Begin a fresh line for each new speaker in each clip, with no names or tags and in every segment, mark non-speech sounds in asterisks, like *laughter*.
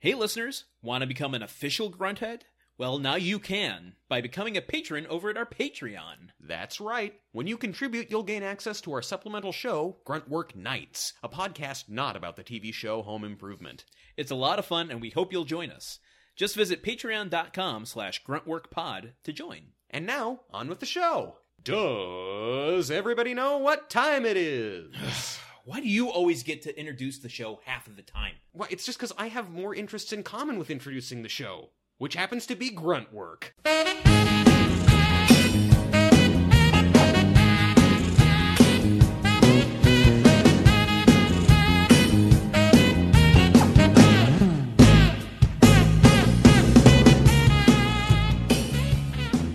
Hey listeners, want to become an official grunthead? Well, now you can by becoming a patron over at our Patreon.
That's right. When you contribute, you'll gain access to our supplemental show, Gruntwork Nights, a podcast not about the TV show Home Improvement.
It's a lot of fun and we hope you'll join us. Just visit patreon.com slash gruntworkpod to join.
And now, on with the show. Does everybody know what time it is?
Why do you always get to introduce the show half of the time?
Why, it's just because I have more interests in common with introducing the show, which happens to be grunt work.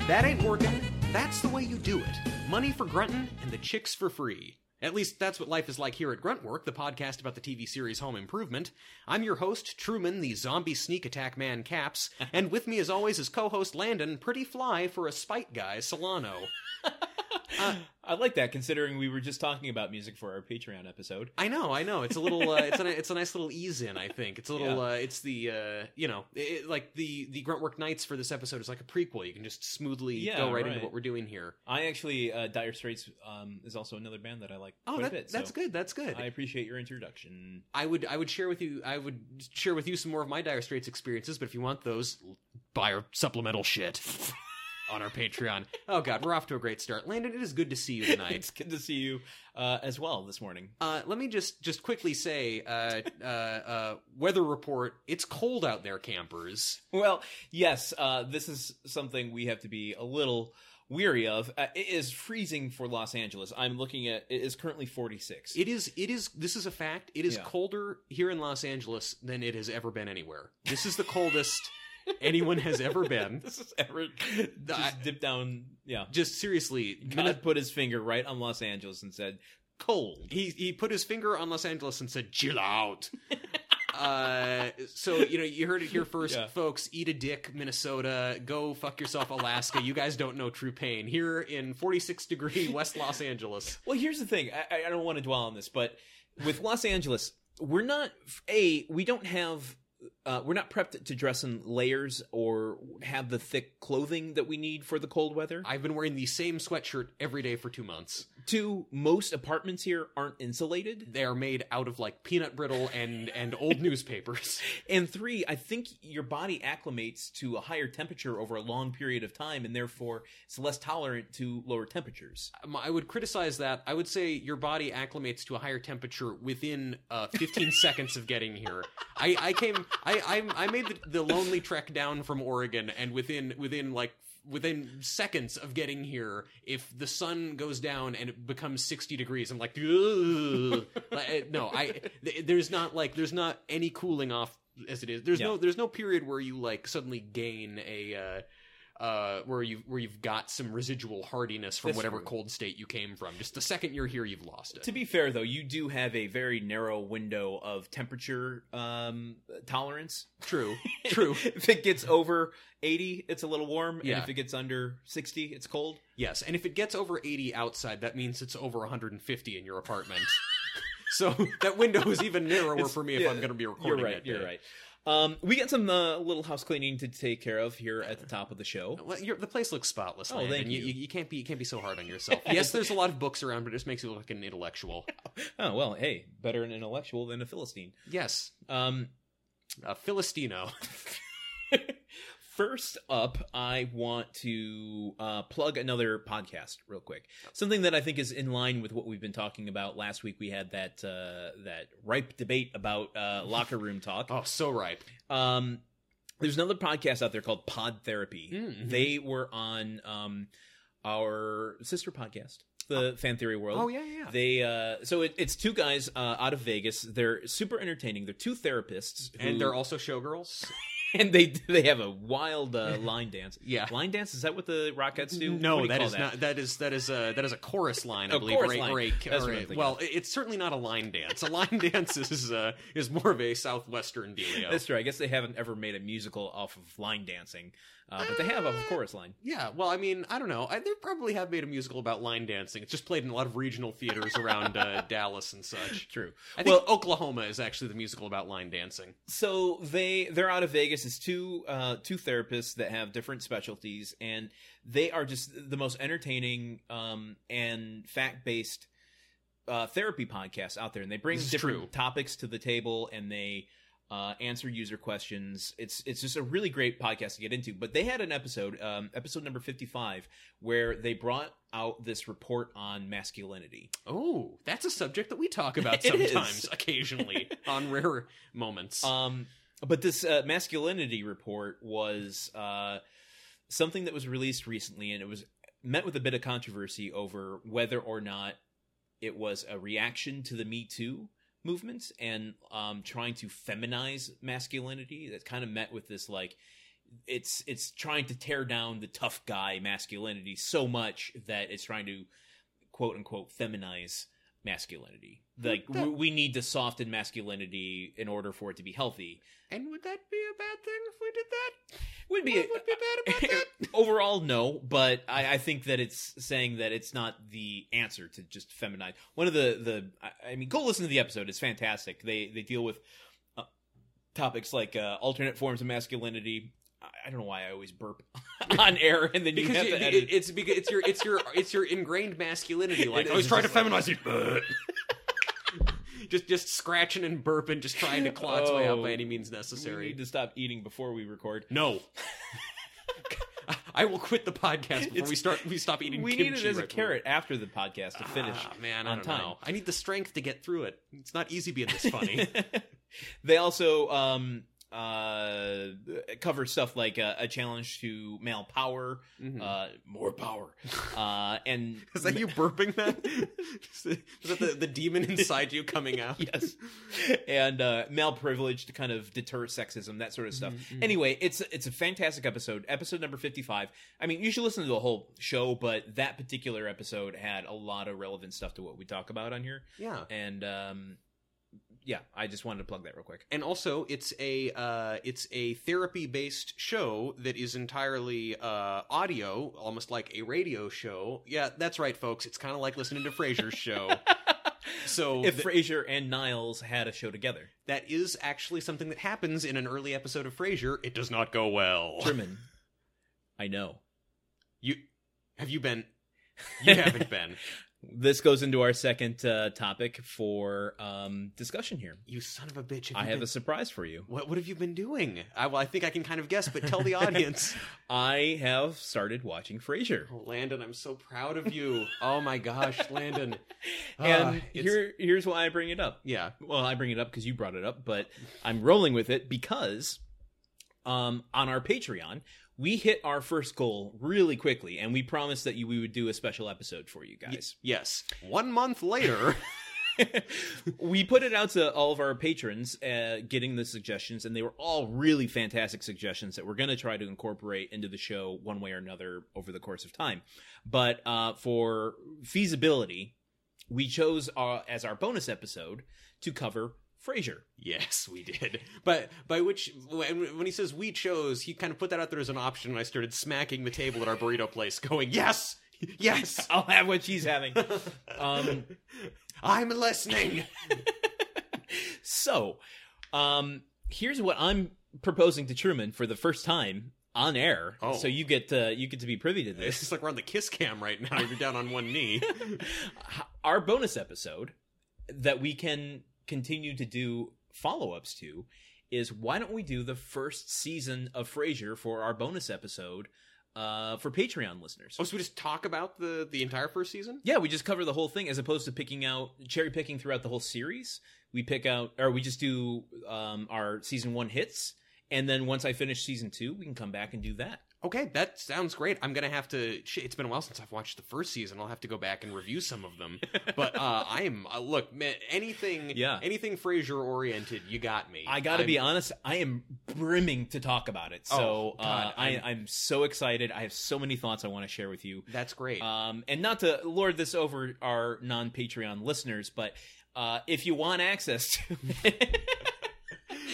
That ain't working. That's the way you do it. Money for gruntin' and the chicks for free. At least that's what life is like here at Gruntwork, the podcast about the TV series Home Improvement. I'm your host, Truman, the zombie sneak attack
*laughs*
man Caps, and with me as always is co-host Landon, pretty fly for a spite guy, Solano.
*sighs* I like that considering we were just talking about music for our Patreon episode.
I know, I know. It's a little, uh, it's a, it's a nice little ease in. I think it's a little, uh, it's the, uh, you know, it, like the the Gruntwork Nights for this episode is like a prequel. You can just smoothly
Yeah,
go right,
right.
into what we're doing here.
I actually, uh, Dire Straits um, is also another band that I like
Oh,
quite
that,
a bit. so
that's good. That's good.
I appreciate your introduction.
I would I would share with you I would share with you some more of my Dire Straits experiences, but if you want those, l- buy our supplemental shit *laughs* on our Patreon. Oh God, we're off to a great start. Landon, it is good to
*laughs*
see you tonight.
It's good to see you uh, as well this morning.
Uh, let me just just quickly say, uh, uh, uh, weather report. It's cold out there, campers.
Well, yes, uh, this is something we have to be a little weary of. Uh, it is freezing for Los Angeles. I'm looking at it is currently 46.
It is it is this is a fact. It is
Yeah.
colder here in Los Angeles than it has ever been anywhere. This is the coldest *laughs* anyone has ever been.
*laughs* this is ever just
I-
dip down. Yeah,
Just seriously, Minne-
God put his finger right on Los Angeles and said, "Cold."
he he put his finger on Los Angeles and said, "Chill
*laughs*
out." uh, so you know you heard it here first,
Yeah.
folks. Eat a dick, Minnesota. Go fuck yourself, Alaska. you guys don't know true pain here in 46 degree *laughs* West Los Angeles.
Well, here's the thing. I, I- I don't want to dwell on this, but with Los Angeles, we're not a we don't have uh, we're not prepped to dress in layers or have the thick clothing that we need for the cold weather.
I've been wearing the same sweatshirt every day for two months.
Two, most apartments here aren't insulated.
They are made out of like peanut brittle and and
*laughs*
old newspapers.
And three, I think your body acclimates to a higher temperature over a long period of time and therefore it's less tolerant to lower temperatures.
Um, I would criticize that. I would say your body acclimates to a higher temperature within uh,
*laughs*
15 seconds of getting here. I, I came, I, I, I made the, the lonely trek down from Oregon, and within, within like, within seconds of getting here, if the sun goes down and it becomes 60 degrees, I'm like, "Ugh." Like, uh, no, I, th- there's not like, there's not any cooling off as it is. There's no, there's no period where you like suddenly gain a. Uh, uh, where you where you've got some residual hardiness from
That's
whatever
true.
cold state you came from. Just the second you're here, you've lost it.
To be fair, though, you do have a very narrow window of temperature um, tolerance. *laughs*
True, true.
if it gets over 80, it's a little warm.
Yeah.
And if it gets under 60, it's cold.
Yes, and if it gets over 80 outside, that means it's over 150 in
*laughs*
your apartment. so that window is even narrower
It's-
for me if
yeah,
I'm going to be recording.
You're right.
that
You're
day.
right. Um, we got some uh, little house cleaning to take care of here at the top of the show.
Well, you're, the place looks spotless.
Oh,
Landon.
thank
you.
you.
You, can't be you can't be so hard
*laughs*
on yourself. yes, there's a lot of books around, but it just makes you look like an intellectual.
Oh, well, hey, better an intellectual than a Philistine.
Yes,
Um,
uh,
*laughs*
Filistino.
First up, I want to uh, plug another podcast real quick. Something that I think is in line with what we've been talking about. Last week we had that uh, that ripe debate about
*laughs*
uh, locker room talk.
Oh, so ripe.
Um, there's another podcast out there called Pod Therapy.
Mm.
They were on um, our sister podcast, the Fan Theory World.
Oh yeah, yeah.
They uh, so it, it's two guys uh, out of Vegas. They're super entertaining. They're two therapists,
and
who-
they're also showgirls.
and they they have a wild
*laughs*
uh, line dance.
Yeah.
Line dance is that what the Rockettes do? What do
No,
you
that
call
is not that is that is a that is a chorus line, I
A
believe.
chorus
or a-
line.
or a-
That's
or
what I'm
a-
thinking
well, it's certainly not a line dance. A line *laughs* dance is uh, is more of a southwestern dealio.
That's true. I guess they haven't ever made a musical off of line dancing, uh, but they have off of chorus line.
yeah, well, I mean, I don't know. I, they probably have made a musical about line dancing. It's just played in a lot of regional theaters around uh,
*laughs*
Dallas and such.
True.
I
Well-
think Oklahoma is actually the musical about line dancing.
So they they're out of Vegas. It's two uh, two therapists that have different specialties, and they are just the most entertaining um, and fact based uh, therapy podcasts out there. And they bring
This is
different
true.
topics to the table, and they uh, answer user questions. It's it's just a really great podcast to get into. But they had an episode, um, episode number fifty five, where they brought out this report on masculinity.
Oh, that's a subject that we talk
*laughs*
about
It is.
sometimes, occasionally, on rare moments.
Um, but this uh, masculinity report was uh, something that was released recently, and it was met with a bit of controversy over whether or not it was a reaction to the Me Too movement and um, trying to feminize masculinity. That kind of met with this like. It's it's trying to tear down the tough guy masculinity so much that it's trying to quote unquote feminize masculinity. Like
That-
we, we need to soften masculinity in order for it to be healthy.
and would that be a bad thing if we did that?
Would be uh,
What would be
*laughs*
bad about that?
overall no, but I, I think that it's saying that it's not the answer to just feminize. One of the the I- I mean, go listen to the episode; it's fantastic. They they deal with uh, topics like uh, alternate forms of masculinity. I, I don't know why I always burp *laughs* on air, and then you
because
have
you-
to
it-
edit.
it's because it's your it's your it's your ingrained masculinity. Like
It
I was
is
trying to
just like-
feminize you. *laughs* just just scratching and burping, just trying to claw its way out
Oh,
by any means
We
necessary.
need to stop eating before we record.
No. *laughs* I- I will quit the podcast before
It's-
we start. We stop eating.
We need
kimchi
it as a
right before-
carrot after the podcast to finish.
Ah, man, I
on
don't
time.
know. I need the strength to get through it. It's not easy being
*laughs*
this funny.
they also um uh cover stuff like uh, a challenge to male power
Hmm. Mm-hmm.
uh more power uh and
Is that you burping that? *laughs* Is that the, the demon inside you coming
*laughs*
out?
*laughs* yes and uh male privilege to kind of deter sexism that sort of stuff anyway it's it's a fantastic episode episode number 55 i mean you should listen to the whole show but that particular episode had a lot of relevant stuff to what we talk about on here
Yeah.
and um yeah i just wanted to plug that real
*laughs*
quick
and also it's a uh, it's a therapy based show that is entirely uh, audio, almost like a radio show. Yeah, that's right, folks. It's kind of like listening
*laughs*
to Frasier's show. So
if
th-
Frasier and Niles had a show together.
that is actually something that happens in an early episode of Frasier. It does not go well.
Truman, I know.
You have
*laughs*
you been? You haven't been.
This goes into our second uh, topic for um, discussion here.
You son of a bitch. Have
I
you
have
been-
a surprise for you.
What what have you been doing? I, well, I think I can kind of guess, but
*laughs*
tell the audience.
I have started watching Frasier.
oh, Landon, I'm so proud of you. Oh my gosh, Landon.
And
Ah, it's-
here, here's why I bring it up.
yeah.
Well, I bring it up because you brought it up, but I'm rolling with it because um, on our Patreon, we hit our first goal really quickly, and we promised that you, we would do a special episode for you guys.
Yes. One month later, *laughs*
we put it out to all of our patrons uh, getting the suggestions and they were all really fantastic suggestions that we're going to try to incorporate into the show one way or another over the course of time but uh, for feasibility we chose uh, as our bonus episode to cover frasier
yes, we did. But by which, when when he says we chose, he kind of put that out there as an option, and I started smacking the table at our burrito place, going, "Yes, yes, *laughs*
i'll have what she's having um,
I'm listening."
so um, here's what i'm proposing to truman for the first time on air
Oh.
so you get to you get to be privy to this
It's just like we're on the kiss cam right now. You're down on one knee.
our bonus episode that we can continue to do follow-ups to is why don't we do the first season of Frasier for our bonus episode uh, for Patreon listeners?
Oh, so we just talk about the the entire first season.
Yeah, we just cover the whole thing as opposed to picking out cherry picking throughout the whole series. We pick out, or we just do um, our season one hits, and then once I finish season two, we can come back and do that.
Okay, that sounds great. I'm gonna have to. Shit, it's been a while since I've watched the first season. I'll have to go back and review some
*laughs*
of them. But uh, I'm uh, look, man, anything,
Yeah.
anything Frasier oriented, you got me.
I got to
I'm-
be honest, I am brimming to talk about it. So
Oh,
uh,
God,
I,
I'm-
I'm so excited. I have so many thoughts I want to share with you.
That's great.
Um, and not to lord this over our non Patreon listeners, but uh, if you want access
*laughs*
to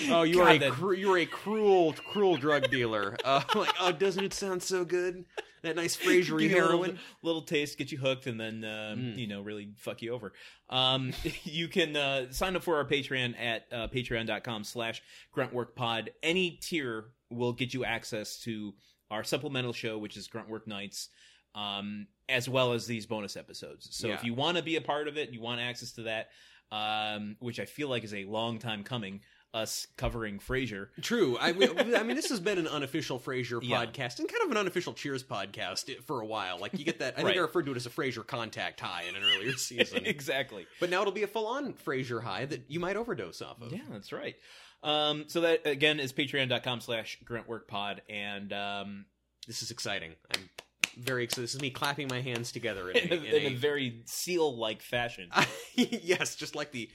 oh, you are
God,
a
that-
cru- you're a cruel, cruel drug *laughs* dealer. Uh, like, oh, doesn't it sound so good? That nice
give
Frasiery
you a little-
heroin.
little taste, get you hooked, and then uh,
Mm.
you know really fuck you over. Um, *laughs* you can uh, sign up for our Patreon at uh, Patreon.com/slash GruntworkPod. Any tier will get you access to our supplemental show, which is Gruntwork Nights, um, as well as these bonus episodes. So if
Yeah.
you want to be a part of it, you want access to that, um, which I feel like is a long time coming. Us covering Frasier.
True. I, we- I mean, this has been an unofficial Frasier
Yeah.
podcast and kind of an unofficial Cheers podcast i- for a while. Like you get that. I think
Right.
I referred to it as a Frasier contact high in an
*laughs*
earlier season,
exactly.
but now it'll be a full-on Frasier high that you might overdose off of.
Yeah, that's right. Um, so that again is patreon.com slash gruntworkpod and um
This is exciting. I'm very excited. This is me clapping my hands together
*laughs* *laughs* in
in
a,
a,
in a very seal like fashion.
*laughs* yes, just like the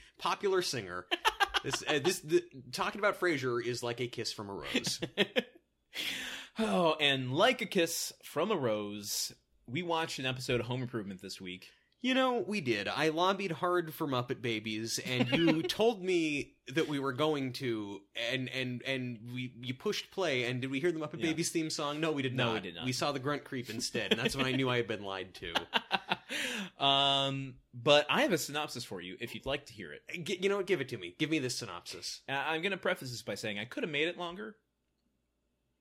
*laughs*
popular singer. This, uh, this the, talking about Frasier is like a kiss from
*laughs*
a rose.
oh, and like a kiss from a rose, we watched an episode of Home Improvement this week. *laughs*
You know, we did. I lobbied hard for Muppet Babies, and
*laughs*
you told me that we were going to, and and and we you pushed play. And did we hear the Muppet
Yeah.
Babies theme song? No, we did
No,
not.
we did not.
We saw the Grunt Creep instead, and that's when I knew I had been lied to.
*laughs* um, but I have a synopsis for you if you'd like to hear it.
G- you know, what? give it to me. Give me this synopsis.
And I- I'm going to preface this by saying I could have made it longer.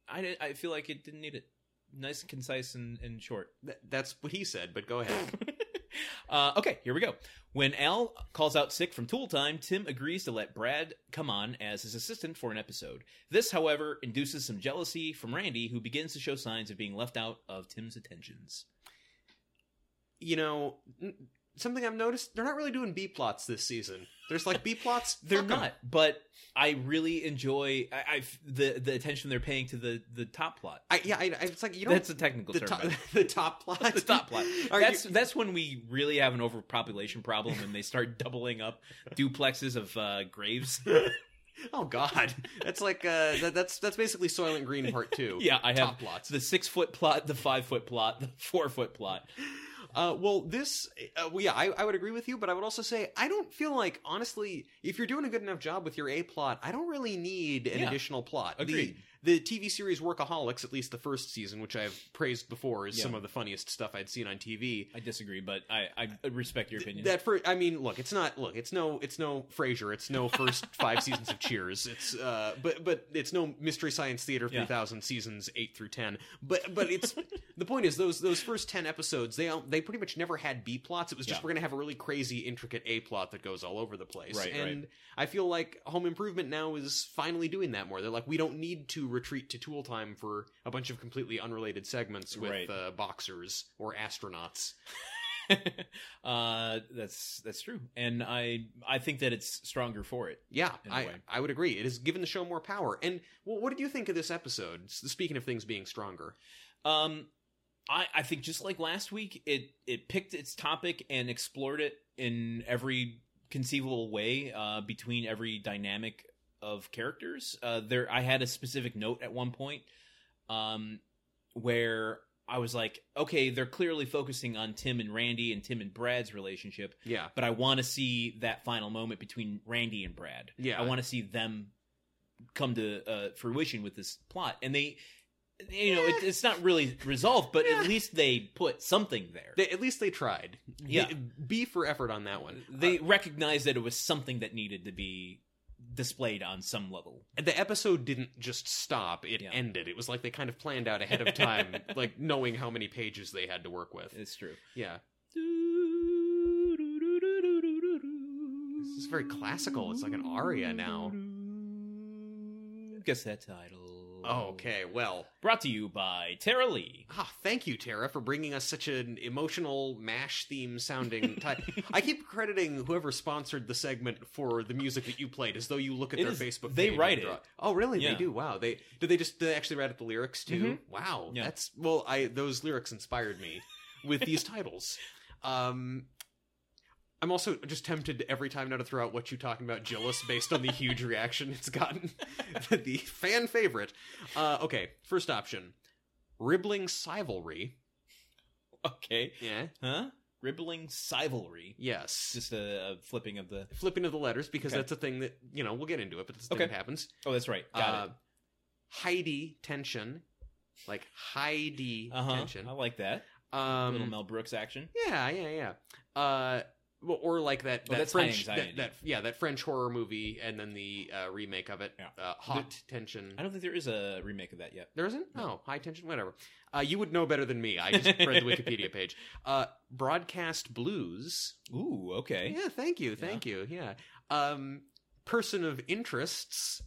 I, did, I feel like it didn't need it. Nice and concise and, and short.
Th- that's what he said, but go ahead.
*laughs* uh, okay, here we go. When Al calls out sick from tool time, Tim agrees to let Brad come on as his assistant for an episode. This, however, induces some jealousy from Randy, who begins to show signs of being left out of Tim's attentions.
you know, n- something I've noticed: they're not really doing B plots this season. There's
*laughs*
like B plots.
They're
Fuck 'em.
not, but I really enjoy I, I've, the the attention they're paying to the the top plot.
I, yeah, I, I- it's like you
*laughs*
don't.
That's a technical
the
term.
top,
by the way.
*laughs* the top plot.
the top plot.
*laughs* Are you-
That's that's when we really have an overpopulation problem, and they start *laughs* doubling up duplexes of uh, graves. *laughs*
Oh God, that's like uh, that, that's that's basically Soylent Green Part Two.
*laughs* yeah, I have
top plots.
the six foot plot, the five foot plot, the four foot plot.
Uh, well, this, uh, well, yeah, I, I would agree with you, but I would also say I don't feel like honestly, if you're doing a good enough job with your A plot, I don't really need an
Yeah.
additional plot.
Agreed.
The, the TV series Workaholics, at least the first season, which I've praised before, is
Yeah.
some of the funniest stuff I'd seen on TV.
I disagree, but I, I respect your opinion.
That for I mean, look, it's not look, it's no, it's no Frasier, it's
*laughs*
no first five seasons of Cheers, it's uh, but but it's no Mystery Science Theater
Yeah.
three thousand seasons eight through ten, but but it's *laughs* the point is those those first ten episodes they all- they pretty much never had B plots. It was just
Yeah.
we're gonna have a really crazy intricate A plot that goes all over the place,
Right,
and I feel like Home Improvement now is finally doing that more. They're like we don't need to retreat to tool time for a bunch of completely unrelated segments with
Right.
uh, boxers or astronauts.
*laughs* uh, that's that's true, and I I think that it's stronger for it.
Yeah,
in a
I,
way.
I would agree. It has given the show more power. And well, what did you think of this episode? S- Speaking of things being stronger,
Um, I I think just like last week, it it picked its topic and explored it in every conceivable way uh, between every dynamic of characters. Uh, there, I had a specific note at one point um, where I was like, okay, they're clearly focusing on Tim and Randy and Tim and Brad's relationship,
yeah,
but I want to see that final moment between Randy and Brad.
yeah,
I want to see them come to uh, fruition with this plot, and they, you know, it, it's not really resolved, but
Yeah.
at least they put something there. They,
They, at least they tried.
Yeah.
B, B for effort on that one. Uh,
recognized that it was something that needed to be displayed on some level.
Uh, the episode didn't just stop; it
Yeah.
ended. It was like they kind of planned
*laughs*
out ahead of time, like knowing how many pages they had to work with.
It's true.
Yeah,
This
is very classical. It's like an aria now.
Guess that title.
Okay, well,
Brought to you by Tara Lee.
ah, thank you, Tara, for bringing us such an emotional mash
*laughs*
theme sounding. T- I keep crediting whoever sponsored the segment for the music that you played, as though you look at
It
their
is-
Facebook.
they
page
write
and draw-
it.
Oh, really?
Yeah.
They do. Wow. They do. They just do they actually write out the lyrics too. Wow.
Yeah.
That's well. I those lyrics inspired me with these titles. Um. I'm also just tempted every time now to throw out what you talking about, Gillis, based on the huge reaction it's gotten. *laughs* the fan favorite. Uh, okay, first option. Ribbling Sivalry.
Okay.
Yeah.
Huh? Ribbling Sivalry. It's
Yes.
just a, a flipping of the.
Flipping of the letters because
Okay.
that's a thing that you know we'll get into it, but it's the thing
Okay.
that happens.
Oh, that's right. Got
Uh, Heidi tension, like Heidi
it. Uh huh.
tension.
I like that. Little
Um,
Mel Brooks action.
yeah, yeah, yeah. Uh, well, or like that
Oh,
that
that's high
French
anxiety.
that, that yeah that French horror movie and then the uh, remake of it,
Yeah.
uh, Hot Tension.
I don't think there is a remake of that yet.
There isn't? Oh, high tension, whatever. Uh, you would know better than me. I just read
*laughs*
the Wikipedia page. Uh, broadcast blues.
Ooh, okay.
Yeah, thank you, thank you. Yeah. Um, person of interests.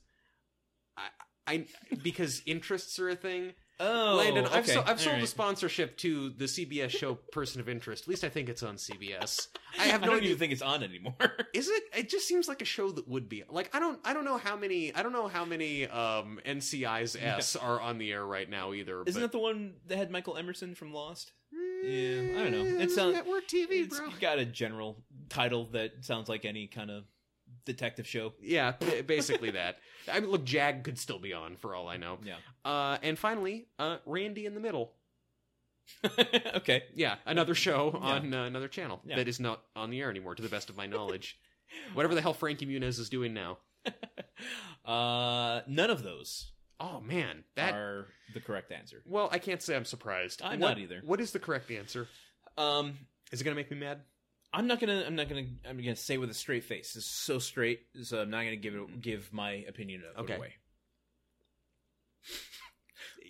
I, I because interests are a thing.
Oh,
Landon, I've,
okay.
so, I've sold
All
the
right.
sponsorship to the CBS show Person of Interest. At least I think it's on CBS.
*laughs*
I have no
don't
idea.
even think it's on anymore. *laughs*
Is it? It just seems like a show that would be. Like I don't. I don't know how many. I don't know how many um, NCI's S are on the air right now either.
Isn't
but-
that the one that had Michael Emerson from Lost?
Yeah,
I don't know. It sound-
Mm, network TV,
It's
bro.
got a general title that sounds like any kind of detective show.
Yeah, b- basically that. I mean, look, Jag could still be on for all I know.
Yeah. *laughs*
Uh, and finally, uh, Randy in the Middle.
okay. *laughs*
Yeah, another show
Yeah.
on uh, another channel
Yeah.
that is not on the air anymore, to the best of my knowledge. Whatever the hell Frankie Muniz is doing now.
Uh, none of those
Oh man, that.
are the correct answer.
Well, I can't say I'm surprised.
I'm
What-
not either.
What is the correct answer?
Um,
Is it gonna make me mad?
I'm not gonna. I'm not gonna. I'm gonna say with a straight face. It's so straight, so I'm not gonna give it. Give my opinion of
Okay.
it away.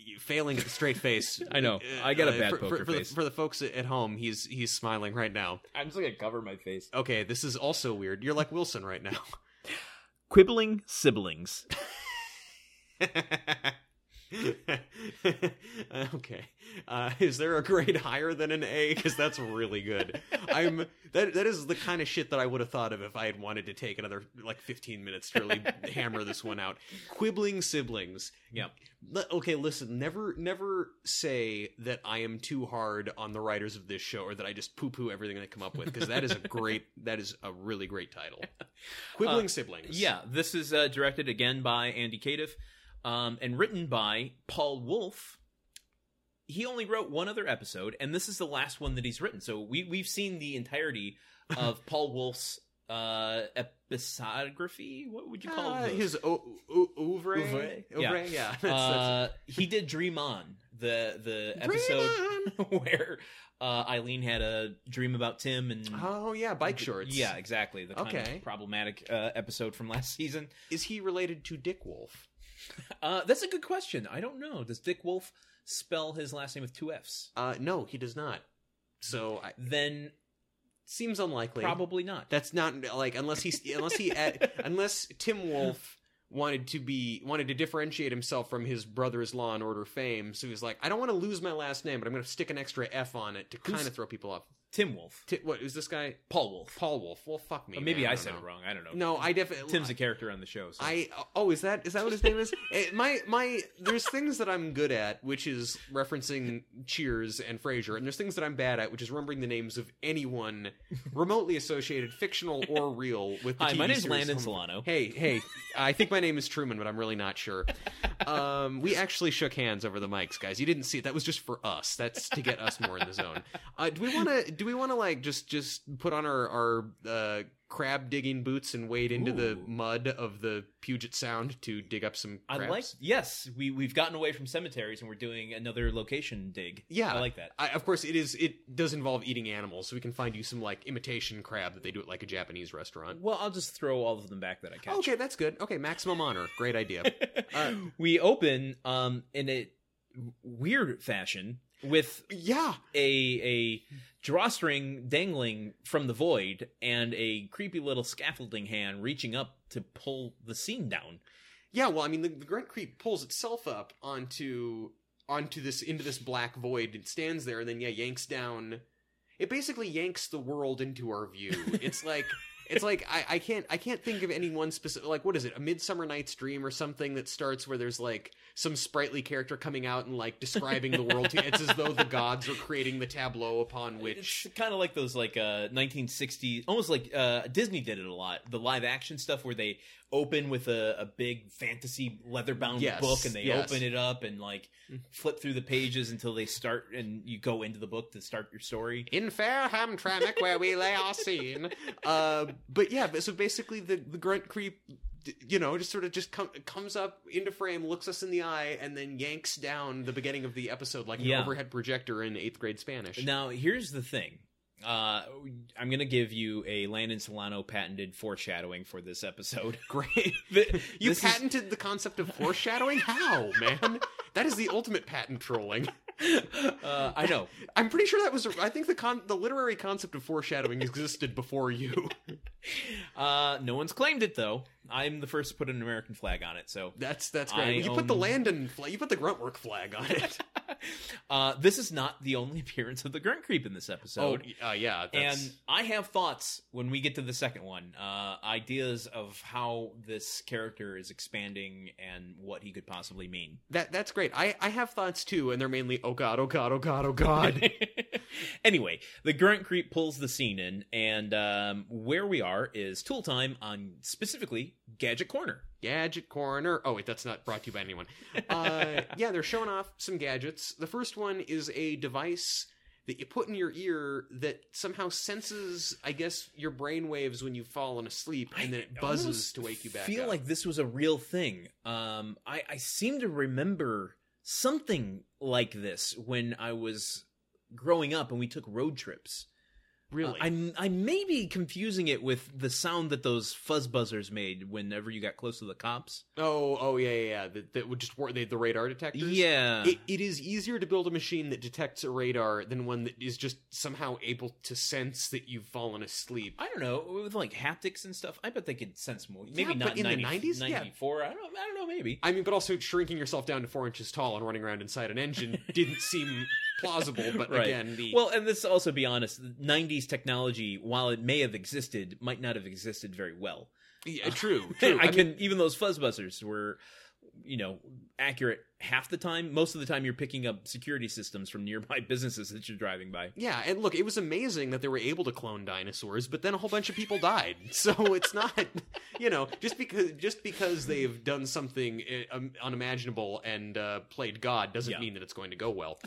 You- Failing at the straight *laughs* face.
I know. I got a bad
Uh, for, for-
poker
for the-
face.
for the folks at home, he's he's smiling right now.
I'm just gonna cover my face.
Okay, this is also weird. You're like Wilson right now.
Quibbling siblings.
*laughs* okay. Uh, is there a grade higher than an A? Because that's really good. I'm that that is the kind of shit that I would have thought of if I had wanted to take another like 15 minutes to really hammer this one out. Quibbling siblings.
Yep.
Le- okay, listen. Never never say that I am too hard on the writers of this show or that I just poo poo everything they come up with because that is a great that is a really great title. Quibbling siblings.
Yeah, this is uh, directed again by Andy Cadiff, um, and written by Paul Wolf. He only wrote one other episode, and this is the last one that he's written. So we we've seen the
*laughs*
entirety of Paul Wolf's uh, episodography. What would you call
Uh,
those?
his o- o- ouvre?
Ouvre? Yeah.
Ouvre, yeah. That's-
uh, he did Dream On, the the
that's-
episode
Dream
*laughs* where uh, Eileen had a dream about Tim and
on! Oh yeah, bike shorts.
Yeah, exactly. The kind
Okay.
of problematic uh, episode from *laughs* last season.
Is he related to Dick Wolf?
Uh, that's a good question. I don't know. Does Dick Wolf spell his last name with two F's?
Uh, no, he does not. So I,
Then
seems unlikely.
probably not.
That's not like unless he unless
*laughs*
he ad- unless Tim Wolf wanted to be wanted to differentiate himself from his brother's Law and Order fame. So he's like, I don't want to lose my last name, but I'm going to stick an extra F on it to
Who's-
kind of throw people off.
Tim Wolf.
T- what is this guy?
Paul Wolf.
Paul Wolf. Well, fuck me.
Or maybe
man,
I,
don't
said
know.
it wrong. I don't know.
No, I definitely
Tim's a character on the show. So.
I oh is that is that what his
*laughs*
name is? Eh, my my there's things that I'm good at, which is referencing Cheers and Frasier, and there's things that I'm bad at, which is remembering the names of anyone remotely associated, fictional or real, with the
Hi,
TV
my name's
series
Landon
Home-
Solano.
Hey, hey, I think my name is Truman, but I'm really not sure. Um, we actually shook hands over the mics, guys. You didn't see it. That was just for us. That's to get us more in the zone. Uh, do we want to? Do we want to like just just put on our our uh, crab digging boots and wade into the
Ooh.
mud of the Puget Sound to dig up some
I
crabs?
like. Yes, we we've gotten away from cemeteries and we're doing another location dig.
Yeah.
I like that.
I, of course, it is. It does involve eating animals, so we can find you some like imitation crab that they do at like a Japanese restaurant.
Well, I'll just throw all of them back that I catch.
Okay, that's good. Okay, maximum honor. Great idea.
*laughs*
Uh,
we open um in a weird fashion with
yeah.
a a drawstring dangling from the void and a creepy little scaffolding hand reaching up to pull the scene down.
Yeah, well, I mean, the, the Grunt Creek pulls itself up onto onto this into this black void. It stands there, and then yeah, yanks down. It basically yanks the world into our view. It's like it's like I, I can't I can't think of any one specific like what is it a Midsummer Night's Dream or something that starts where there's like some spritely character coming out and like describing the world. to It's as though the gods are creating the tableau upon which
It's kind of like those like uh 1960s, almost like uh Disney did it a lot. The live action stuff where they open with a, a big fantasy leather bound
Yes,
book and they
yes.
open it up and like
Mhm.
flip through the pages until they start and you go into the book to start your story.
in fair Hamtramck where we lay
*laughs*
our scene. Uh, but yeah, but so basically the, the grunt creep, d- you know, just sort of just com- comes up into frame, looks us in the eye, and then yanks down the beginning of the episode like an
Yeah.
overhead projector in eighth grade Spanish.
Now, here's the thing. Uh, I'm gonna give you a Landon Solano patented foreshadowing for this
*laughs*
episode.
Great.
The-
You
this is-
patented the concept of foreshadowing? How, man? That is the ultimate patent trolling.
*laughs* uh, I know.
I'm pretty sure that was. I think the con- the literary concept of foreshadowing existed before you.
Uh, no one's claimed it though. I'm the first to put an American flag on it, so
That's that's
I
great. you put the
own-
Landon flag. You put the Gruntwork flag on it.
uh, this is not the only *laughs* appearance of the grunt creep in this
Oh
episode.
uh, yeah, that's,
and I have thoughts when we get to the second one, uh, ideas of how this character is expanding and what he could possibly mean.
that that's great. I I have thoughts too, and they're mainly oh god, oh god, oh god, oh
*laughs*
*laughs* god.
anyway, the grunt creep pulls the scene in, and um, where we are is tool time on specifically Gadget Corner.
Gadget corner. Oh wait, that's not brought to you by anyone.
*laughs*
Uh, yeah, they're showing off some gadgets. The first one is a device that you put in your ear that somehow senses, I guess, your brain waves when you've fallen asleep, and then it
I
buzzes
almost
to wake you back
feel
up.
like this was a real thing. Um, I, I seem to remember something like this when I was growing up and we took road trips.
really.
Uh, I'm I may be confusing it with the sound that those fuzz buzzers made whenever you got close to the cops.
oh oh yeah yeah yeah. That, that would just war- they, the radar detectors.
Yeah.
It, it is easier to build a machine that detects a radar than one that is just somehow able to sense that you've fallen asleep.
I don't know with like haptics and stuff. I bet they could sense more. Maybe
Yeah,
not
but in the
90
90s? Yeah.
94. I don't. I don't know. Maybe.
I mean, but also shrinking yourself down to four inches tall and running around inside
*laughs*
an engine didn't seem plausible. But
Right.
again, the
Well, and let's also be honest. '90s technology, while it may have existed, might not have existed very well.
yeah,
*laughs*
uh, true, true.
I,
I mean,
can even those fuzzbuzzers were, you know, accurate half the time. Most of the time, you're picking up security systems from nearby *laughs* businesses that you're driving by.
yeah, and look, it was amazing that they were able to clone dinosaurs, but then a whole bunch of people died. *laughs* So it's not, you know, just because just because they've done something uh, um, unimaginable and uh, played God doesn't
Yeah.
mean that it's going to go well.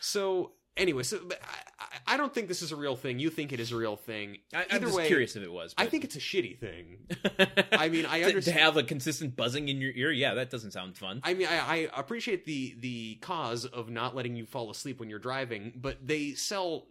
So anyway, so but I, I- I don't think this is a real thing. You think it is a real thing.
I,
Either
I'm just
way,
curious if it was.
I
but- *laughs*
think it's a shitty thing. I mean, I
To- to,
understand.
have a consistent buzzing in your ear. Yeah, that doesn't sound fun.
I mean, I, I appreciate the the cause of not letting you fall asleep when you're driving, but they sell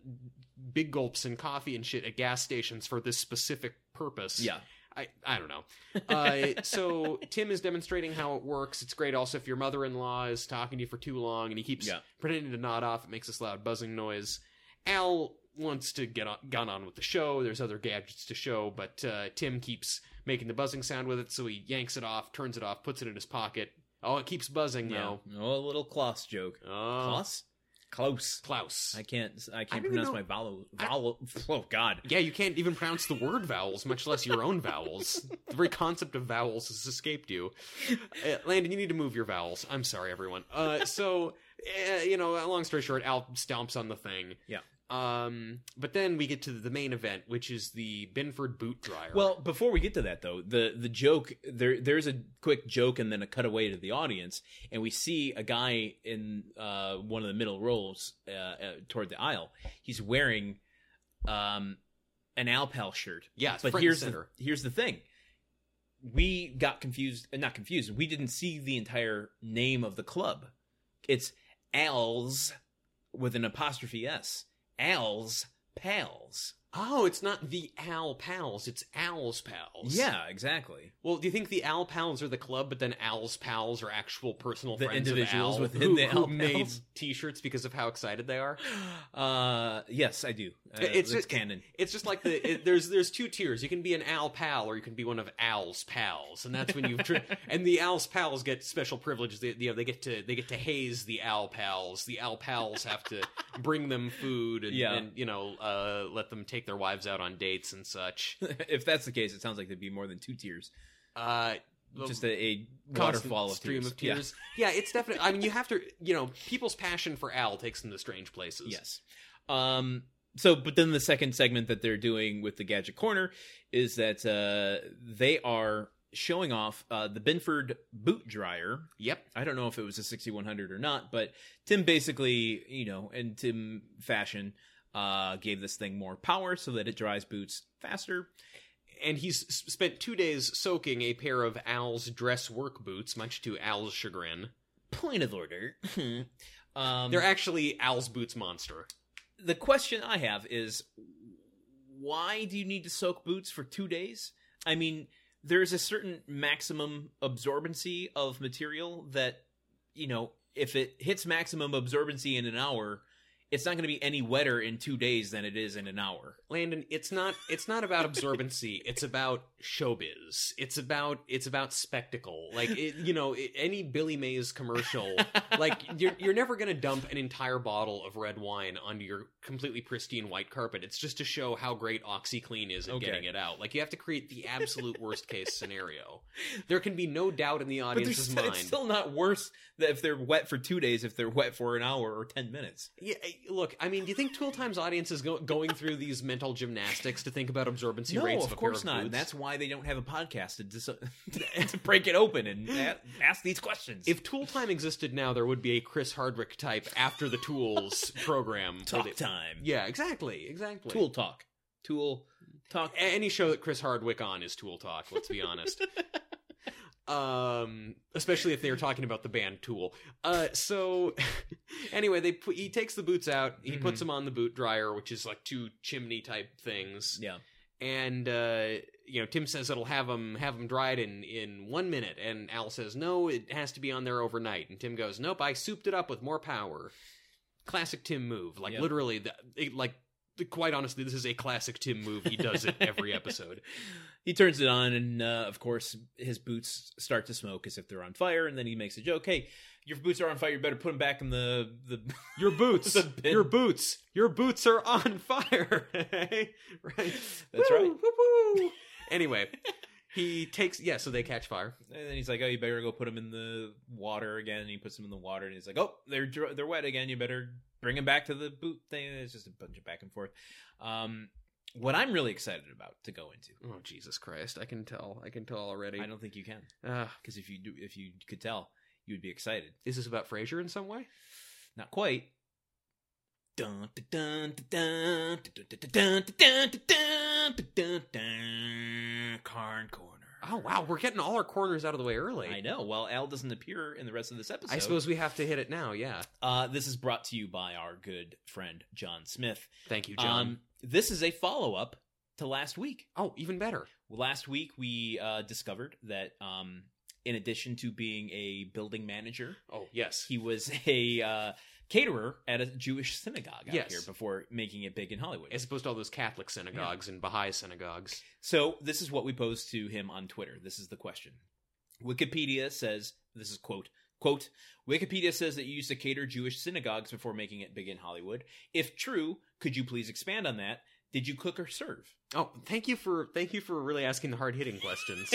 big gulps and coffee and shit at gas stations for this specific purpose.
yeah,
I, I don't know. Uh, so Tim is demonstrating how it works. It's great. Also, if your mother-in-law is talking to you for too long and he keeps
Yeah.
pretending to nod off, it makes this loud buzzing noise. Al wants to get on, gone on with the show. There's other gadgets to show, but uh, Tim keeps making the buzzing sound with it. So he yanks it off, turns it off, puts it in his pocket. Oh, it keeps buzzing
yeah.
though.
Oh, a little Klaus joke.
Oh,
Klaus, Klaus.
Klaus.
I can't. I can't
don't
pronounce
know-
my vowel.
I-
Vowel. *laughs* oh God.
Yeah, you can't even pronounce the word vowels, much less your own vowels. The very concept of vowels has escaped you. Uh, Landon, you need to move your vowels. I'm sorry, everyone. Uh, so, uh, you know, long story short, Al stomps on the thing.
Yeah.
Um, but then we get to the main event, which is the Binford boot dryer. *laughs*
Well, before we get to that though, the the joke there there's a quick joke and then a cutaway to the audience, and we see a guy in uh, one of the middle rows uh, uh, toward the aisle. He's wearing um, an Alpal shirt,
yeah, it's
but
front and
here's the,
center.
here's the thing: we got confused, uh, not confused. We didn't see the entire name of the club. It's Al's with an apostrophe s. Al's pals.
Oh, it's not the Al Pals, it's Al's Pals.
Yeah, exactly.
Well, do you think the Al Pals are the club, but then Al's Pals are actual personal
The
friends
individuals
of Al
within
who,
the
who
Al
made
Pals?
T-shirts because of how excited they are?
*gasps* Uh, yes, I do. Uh,
It's
it's
just-
canon. *laughs*
It's just like the it, there's there's two tiers. You can be an Al Pal or you can be one of Al's Pals, and that's when you
*laughs*
tri- and the Al's Pals get special privileges. They you know, they get to they get to haze the Al Pals. The Al Pals have to bring them food and,
Yeah.
and you know uh, let them take their wives out on dates and such.
if that's the case, it sounds like there'd be more than two tiers.
Uh,
Just a, a
constant
waterfall of
stream
tears.
of tears. Yeah. it's definitely. I mean, you have to. You know, people's passion for Al takes them to strange places.
Yeah. Yes. Um. So, but then the second segment that they're doing with the gadget corner is that uh, they are showing off uh, the Benford boot dryer.
Yep.
I don't know if it was a 6100 or not, but Tim basically, you know, in Tim fashion, uh, gave this thing more power so that it dries boots faster.
And he's s- spent two days soaking a pair of Al's dress work boots, much to Al's chagrin.
Point of order. *laughs* um,
They're actually Al's boots monster.
the question I have is why do you need to soak boots for two days? I mean, there's a certain maximum absorbency of material that, you know, if it hits maximum absorbency in an hour, it's not going to be any wetter in two days than it is in an hour.
Landon, it's not it's not about
*laughs*
absorbency. it's about showbiz. It's about it's about spectacle. Like it, you know, i any Billy Mays commercial, like you're you're never gonna dump an entire bottle of red wine onto your completely pristine white carpet. It's just to show how great OxyClean is at
Okay.
getting it out. Like you have to create the absolute worst case scenario. There can be no doubt in the audience's
but there's-
mind.
it's still not worse that if they're wet for two days, if they're wet for an hour or ten minutes.
Yeah, eh, look, I mean, do you think Tool Time's audience is go- going through these mental gymnastics to think about absorbency
no,
rates?
of
a pair
course
of
not. And
boots?
that's why they don't have a podcast to, dis- *laughs* to break it open and a- ask these questions.
If Tool Time existed now, there would be a Chris Hardwick type after the
*laughs*
Tools program.
talk
Where they-
time,
Yeah, exactly, exactly.
tool talk, tool talk.
A- Any show that Chris Hardwick on is Tool Talk. Let's
*laughs*
be honest. um, especially if they are talking about the band Tool. Uh, so *laughs* anyway, they put, he takes the boots out. He
Mm-hmm.
puts them on the boot dryer, which is like two chimney type things.
Yeah,
and uh, you know Tim says it'll have them have 'em dried in in one minute, and Al says no, it has to be on there overnight, and Tim goes nope, I souped it up with more power. Classic Tim move, like
Yeah.
literally, the, it, like the- quite honestly, this is a classic Tim move. He
*laughs*
does it every episode.
he turns it on, and uh, of course his boots start to smoke as if they're on fire. And then he makes a joke: "Hey, your boots are on fire. You better put them back in the the." *laughs*
Your boots,
The bin.
your boots, your boots are on fire. *laughs* right?
That's
Woo,
right.
woo, woo. Anyway, he takes yeah, so they catch fire.
And then he's like, "Oh, you better go put them in the water again." And he puts them in the water, and he's like, "Oh, they're dr- they're wet again. You better bring them back to the boot thing." And It's just a bunch of back and forth. Um, what I'm really excited about to go into,
Oh Jesus Christ! I can tell. I can tell already.
I don't think you can,
Ah,
because if you do, if you could tell, you would be excited.
Is this about Frasier in some way?
Not quite. Dun, dun, dun, dun, dun, dun, dun, dun, dun, dun, dun, dun, dun. Carn Corner.
Oh wow, we're getting all our corners out of the way early.
I know. Well, Al doesn't appear in the rest of this episode.
I suppose we have to hit it now. Yeah.
Uh, this is brought to you by our good friend John Smith.
Thank you, John.
Um, this is a follow up to last week.
oh, even better.
Last week we uh, discovered that um, in addition to being a building manager,
Oh yes.
he was *laughs* a uh, caterer at a Jewish synagogue out
Yes.
here before making it big in Hollywood.
As opposed to all those Catholic synagogues and Baha'i synagogues.
So this is what we posed to him on Twitter. This is the question. Wikipedia says this is quote quote Wikipedia says that you used to cater Jewish synagogues before making it big in Hollywood. If true, could you please expand on that? Did you cook or serve?
Oh, thank you for thank you for really asking the hard
*laughs*
hitting questions.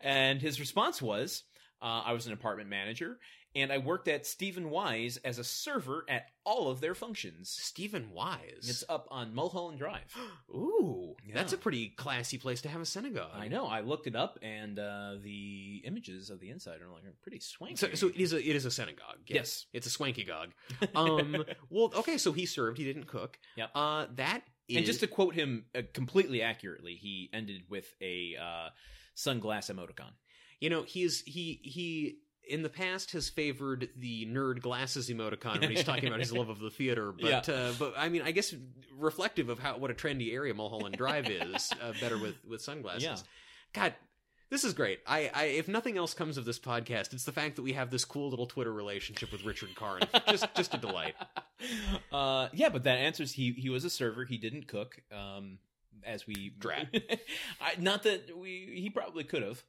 and his response was, uh, I was an apartment manager and I worked at Stephen Wise as a server at all of their functions.
Stephen Wise.
It's up on Mulholland Drive.
*gasps* Ooh, that's a
Yeah.
pretty classy place to have a synagogue.
I know. I looked it up, and uh, the images of the inside are like pretty swanky.
So, so it is a it is a synagogue.
Yes.
it's a swanky
*laughs*
gog. Um, well, okay, so he served. He didn't cook.
Yep.
Uh, that is
and just to quote him uh, completely accurately, he ended with a uh, sunglass emoticon.
you know he's he he in the past has favored the nerd glasses emoticon when he's talking about his love of
*laughs*
the theater. But uh, but I mean, I guess reflective of how what a trendy area Mulholland Drive is, uh, better with with sunglasses.
Yeah.
God. This is great. I, I, if nothing else comes of this podcast, it's the fact that we have this cool little Twitter relationship with Richard Karn. just, just a delight.
uh, yeah, but that answers he he was a server. He didn't cook. Um, as we
Drat.
*laughs* I, not that we he probably could have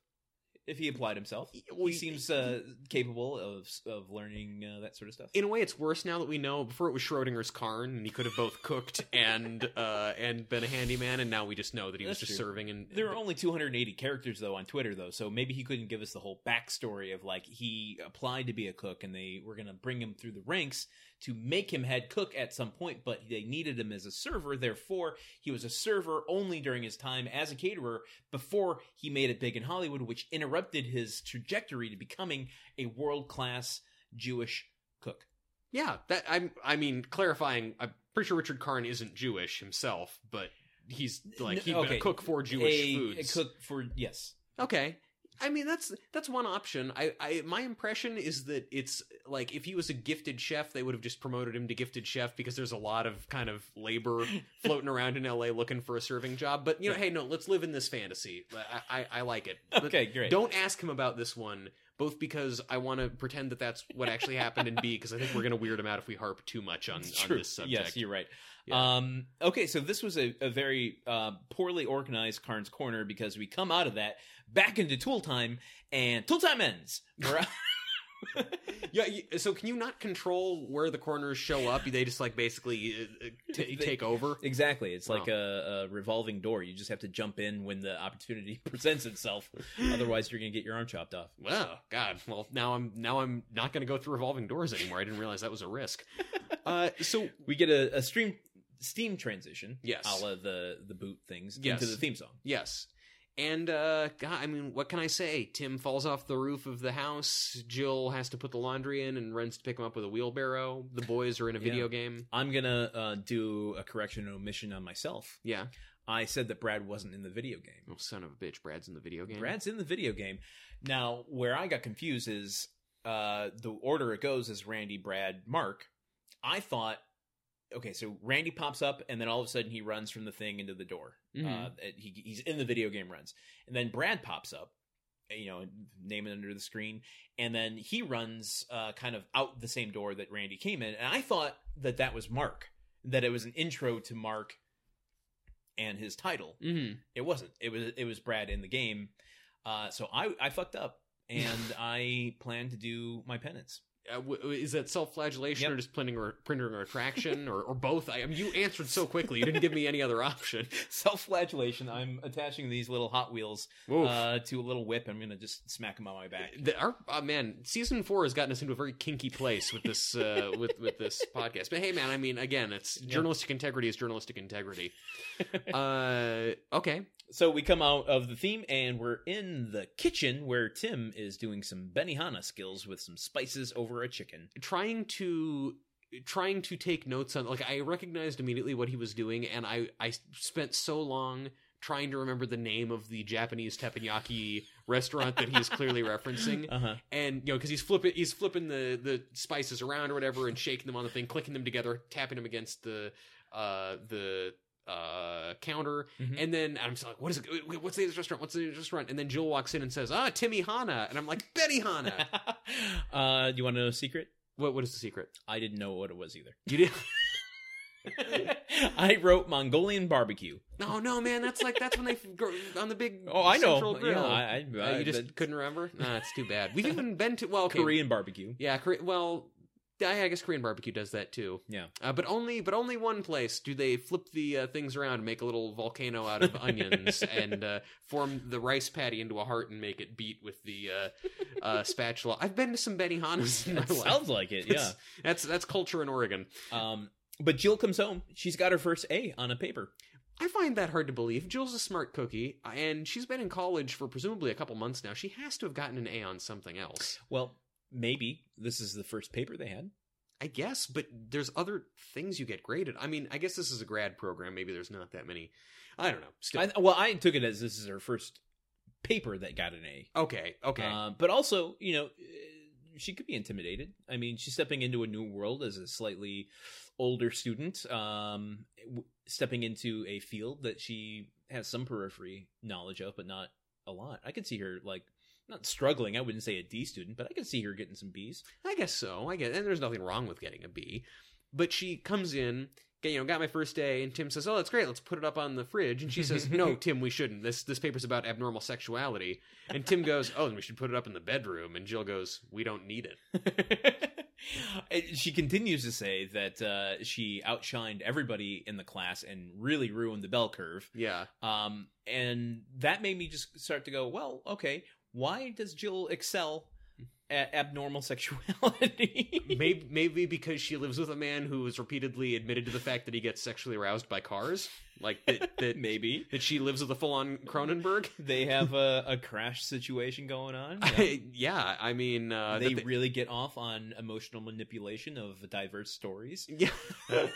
if he applied himself. *laughs*
Well,
he seems uh, capable of of learning uh, that sort of stuff.
in a way it's worse now that we know before it was schrodinger's carn and he could have both cooked and uh and been a handyman and now we just know that he was
That's
just
true.
serving and
There are only 280 characters though on Twitter though, so maybe he couldn't give us the whole backstory of like he applied to be a cook and they were going to bring him through the ranks to make him head cook at some point, but they needed him as a server. Therefore, he was a server only during his time as a caterer before he made it big in Hollywood, which interrupted his trajectory to becoming a world class Jewish cook.
yeah that i'm i mean clarifying i'm pretty sure richard carn isn't jewish himself but he's like
N-
he'd been
okay.
a cook for jewish
a,
foods
a cook for yes,
okay I mean that's that's one option. I, I my impression is that it's like if he was a gifted chef, they would have just promoted him to gifted chef because there's a lot of kind of
*laughs*
labor floating around in LA looking for a serving job. But you know, hey, no, let's live in this fantasy. I I, I like it. But
okay, great.
Don't ask him about this one, both because I want to pretend that that's what actually happened, and B because I think we're gonna weird him out if we harp too much on,
It's
on
true.
this subject.
Yes, you're right.
Yeah.
Um, okay, so this was a, a very uh, poorly organized Karn's Corner because we come out of that back into Tool Time, and Tool Time ends. *laughs* We're-
yeah. You, so can you not control where the corners show up? They just like basically uh, uh, t-
*laughs* They-
take over.
exactly. It's like a, a revolving door. You just have to jump in when the opportunity *laughs* presents itself. Otherwise, you're going to get your arm chopped off.
Well, God. Well, now I'm now I'm not going to go through revolving doors anymore. I didn't realize that was
*laughs*
a risk. Uh, so
We get a, a stream steam transition.
Yes.
A la the, the boot things
Yes.
into the theme song.
yes, and uh, God, I mean, what can I say? Tim falls off the roof of the house. Jill has to put the laundry in and runs to pick him up with a wheelbarrow. The boys are in a
Yeah.
video game.
I'm going to uh, do a correction and omission on myself.
Yeah.
I said that Brad wasn't in the video game.
Oh, son of a bitch! Brad's in the video game.
Brad's in the video game. Now, where I got confused is uh, the order it goes is Randy, Brad, Mark. I thought, okay, so Randy pops up, and then all of a sudden he runs from the thing into the door. Uh,
Mhm.
he, he's in the video game runs, and then Brad pops up, you know, name it under the screen, and then he runs uh, kind of out the same door that Randy came in, and I thought that that was Mark, that it was an intro to Mark and his title
Mhm.
it wasn't. It was it was Brad in the game. Uh, so I I fucked up *laughs* and I plan to do my penance.
Uh, w- w- is that self-flagellation
Yep.
or just printing or printer retraction or, or both? I, I mean, you answered so quickly. You didn't give me any other option.
Self-flagellation. I'm attaching these little Hot Wheels
Whoa.
uh, to a little whip. I'm gonna just smack them on my back.
The, our uh, man, season four has gotten us into a very kinky place with this uh, with with this podcast. But hey, man, I mean, again, it's journalistic integrity is journalistic integrity. Uh, okay,
So we come out of the theme and we're in the kitchen where Tim is doing some Benihana skills with some spices over a chicken.
trying to trying to take notes on like I recognized immediately what he was doing, and I I spent so long trying to remember the name of the Japanese teppanyaki restaurant that he's clearly referencing.
Uh *laughs* huh.
and you know because he's flipping he's flipping the the spices around or whatever and shaking them on the thing clicking them together tapping them against the uh the uh counter
Mhm.
and then i'm just like what is it wait, wait, what's the name of this restaurant what's the name of this restaurant and then jill walks in and says ah timmy hana and i'm like
*laughs*
betty hana
uh, do you want to know a secret?
what what is the secret
I didn't know what it was either.
you did
*laughs* I wrote Mongolian barbecue.
no Oh, no man that's like that's when they go on the big
Oh, I know.
Central Grill.
Yeah, I, I,
Uh,
I-
you just
that-
couldn't remember nah it's too bad we've even been to well okay,
Korean *laughs* barbecue.
Yeah, Kore- well, I I guess Korean barbecue does that too.
Yeah.
uh, but only but only one place do they flip the uh, things around, and make a little volcano out of
*laughs*
onions, and uh, form the rice patty into a heart and make it beat with the uh, uh, spatula. I've been to
*laughs*
some Benihanas in my
That
life.
sounds like it. Yeah. *laughs*
That's- that's that's culture in Oregon.
Um, but Jill comes home. She's got her first A on a paper.
I find that hard to believe. Jill's a smart cookie, and she's been in college for presumably a couple months now. She has to have gotten an A on something else.
Well, maybe this is the first paper they had.
I guess, but there's other things you get graded. I mean, I guess this is a grad program. Maybe there's not that many. I don't know. Still,
I, well, I took it as this is her first paper that got an A.
okay, okay.
Uh, but also, Uh, you know, she could be intimidated. I mean, she's stepping into a new world as a slightly older student, um, w- stepping into a field that she has some periphery knowledge of, but not a lot. I could see her like not struggling. I wouldn't say a D student, but I could see her getting some B's.
I guess so. I guess, and there's nothing wrong with getting a B. But she comes in, get- you know, got my first day, and Tim says, "Oh, that's great. Let's put it up on the fridge." And she says, "No, Tim, we shouldn't. This this paper's about abnormal sexuality." And Tim goes, "Oh, then we should put it up in the bedroom." And Jill goes, "We don't need it."
And Eh, she continues to say that uh, she outshined everybody in the class and really ruined the bell curve.
Yeah,
Um, and that made me just start to go, well, okay, why does Jill excel at abnormal
*laughs*
sexuality?
maybe maybe because she lives with a man who has repeatedly admitted to the fact that he gets sexually aroused by cars, like
*laughs*
that that,
Maybe
that she lives with a full on Cronenberg.
they have a, a crash situation going on. Yeah.
I, *laughs* yeah, I mean, uh, that
they really get off on emotional manipulation of diverse stories.
*laughs* Yeah, *laughs*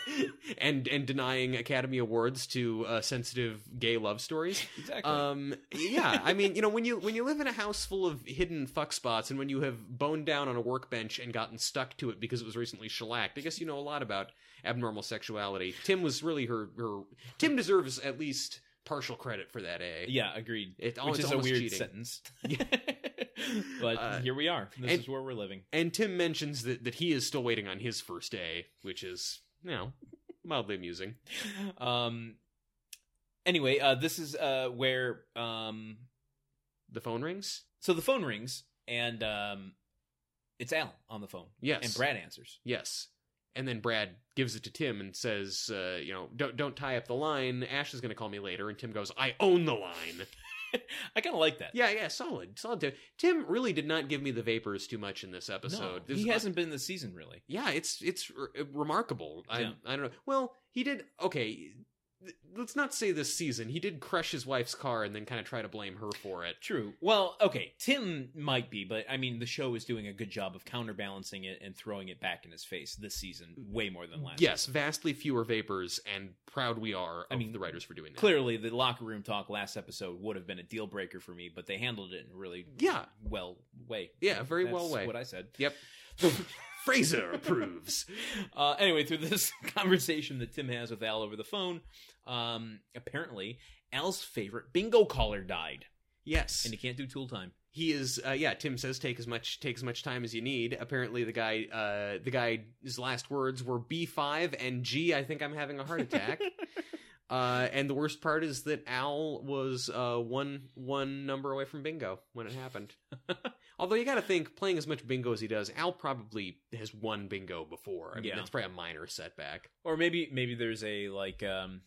and and denying Academy Awards to uh, sensitive gay love stories.
Exactly.
Um, yeah, I mean, you know, when you when you live in a house full of hidden fuck spots, and when you have boned down on a workbench and gotten stuck to it because it was recently shellacked, I guess you know a lot about abnormal sexuality. Tim was really her her. Tim deserves at least partial credit for that. A
yeah, agreed.
It,
Which
Oh, it's
is a
almost
weird
cheating.
sentence.
*laughs* Yeah.
but
Uh,
here we are. This
and-
is where we're living.
And Tim mentions that that he is still waiting on his first day, which is you know mildly amusing.
Um. Anyway, uh, this is uh where um
The phone rings.
So the phone rings, and um, it's Al on the phone,
Yes.
and Brad answers. *laughs*
Yes. And then Brad gives it to Tim and says, uh, you know, don't don't tie up the line. Ash is going to call me later. And Tim goes, I own
*laughs*
the line.
I kind of like that.
yeah, yeah, solid, solid. Tim. Tim really did not give me the vapors too much in this episode.
no,
This-
he hasn't been this season really.
yeah, it's it's re- remarkable. I
Yeah.
I don't know. Well, he did. Okay, th- let's not say this season. He did crush his wife's car and then kind of try to blame her for it.
True. Well, okay, Tim might be, but I mean, the show is doing a good job of counterbalancing it and throwing it back in his face this season, way more than last.
Yes, vastly fewer vapors, and proud we are. Of
I mean,
the writers for doing that.
Clearly, the locker room talk last episode would have been a deal breaker for me, but they handled it in a really
Yeah,
well way.
yeah, very
That's
well way.
What I said.
Yep.
*laughs*
Fraser approves.
Uh, anyway, through this *laughs* conversation that Tim has with Al over the phone, um, apparently Al's favorite bingo caller died,
Yes,
and he can't do tool time.
he is. Uh, yeah, Tim says take as much take as much time as you need. Apparently, the guy uh, the guy's last words were B five and G. I think I'm having a
*laughs*
heart attack. uh, and the worst part is that Al was uh, one one number away from bingo when
*laughs*
it happened. Although you got to think, playing as much bingo as he does, Al probably has won bingo before. I mean,
Yeah.
that's probably a minor setback.
Or maybe maybe there's a like um,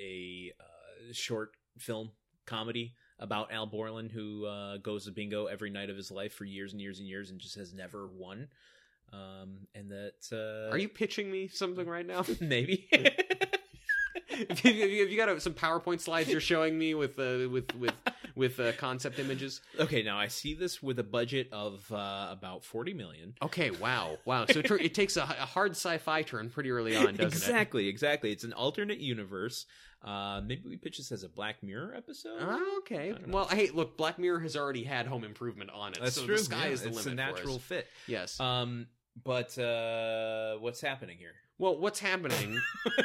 a uh, short film comedy about Al Borland who uh, goes to bingo every night of his life for years and years and years and just has never won. Um, and that uh,
Are you pitching me something right now?
*laughs*
*laughs*
maybe
if, you, if you- if you got uh, some PowerPoint slides you're showing me with uh, with with with uh, concept images.
okay? Now I see this with a budget of uh, about forty million.
Okay, wow, wow. So it, tur- it takes a, h- a hard sci-fi turn pretty early on, doesn't it?
exactly, exactly. It's an alternate universe. Uh, maybe we pitch this as a Black Mirror episode.
Ah, okay.
I don't know.
Well, hey, look, Black Mirror has already had Home Improvement on it,
That's
so
true.
the sky
yeah,
is the
it's
limit.
a natural
For us.
fit.
Yes.
Um, but uh, what's happening here?
well, what's happening?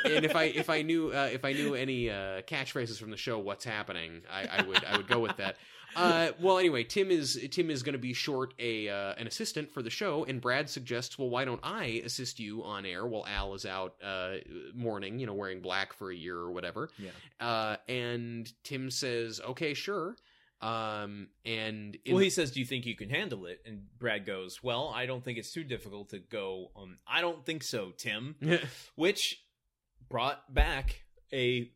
and if I if I knew uh, if I knew any uh, catchphrases from the show, what's happening? I, I would I would go with that. Uh, well, anyway, Tim is Tim is going to be short a uh, an assistant for the show, and Brad suggests, well, why don't I assist you on air while Al is out uh, mourning, you know, wearing black for a year or whatever.
Yeah.
Uh, and Tim says, okay, sure. Um, and in- *laughs*
well, he says, "Do you think you can handle it?" And Brad goes, "Well, I don't think it's too difficult to go." Um, I don't think so, Tim. Which brought back a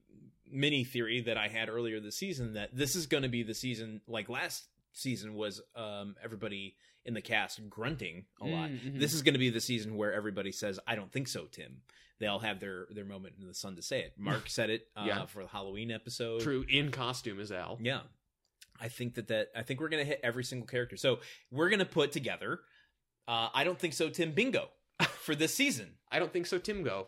mini theory that I had earlier this season that this is going to be the season like last season was um everybody in the cast grunting a lot.
Mm, mhm.
This is going to be the season where everybody says, "I don't think so, Tim." They all have their their moment in the sun to say it. Mark said it uh,
Yeah.
for the Halloween episode.
true in costume is Al.
Yeah. I think that that I think we're going to hit every single character. So, we're going to put together uh I don't think so, Tim
*laughs*
bingo for this season.
I don't think so, Tim. Go.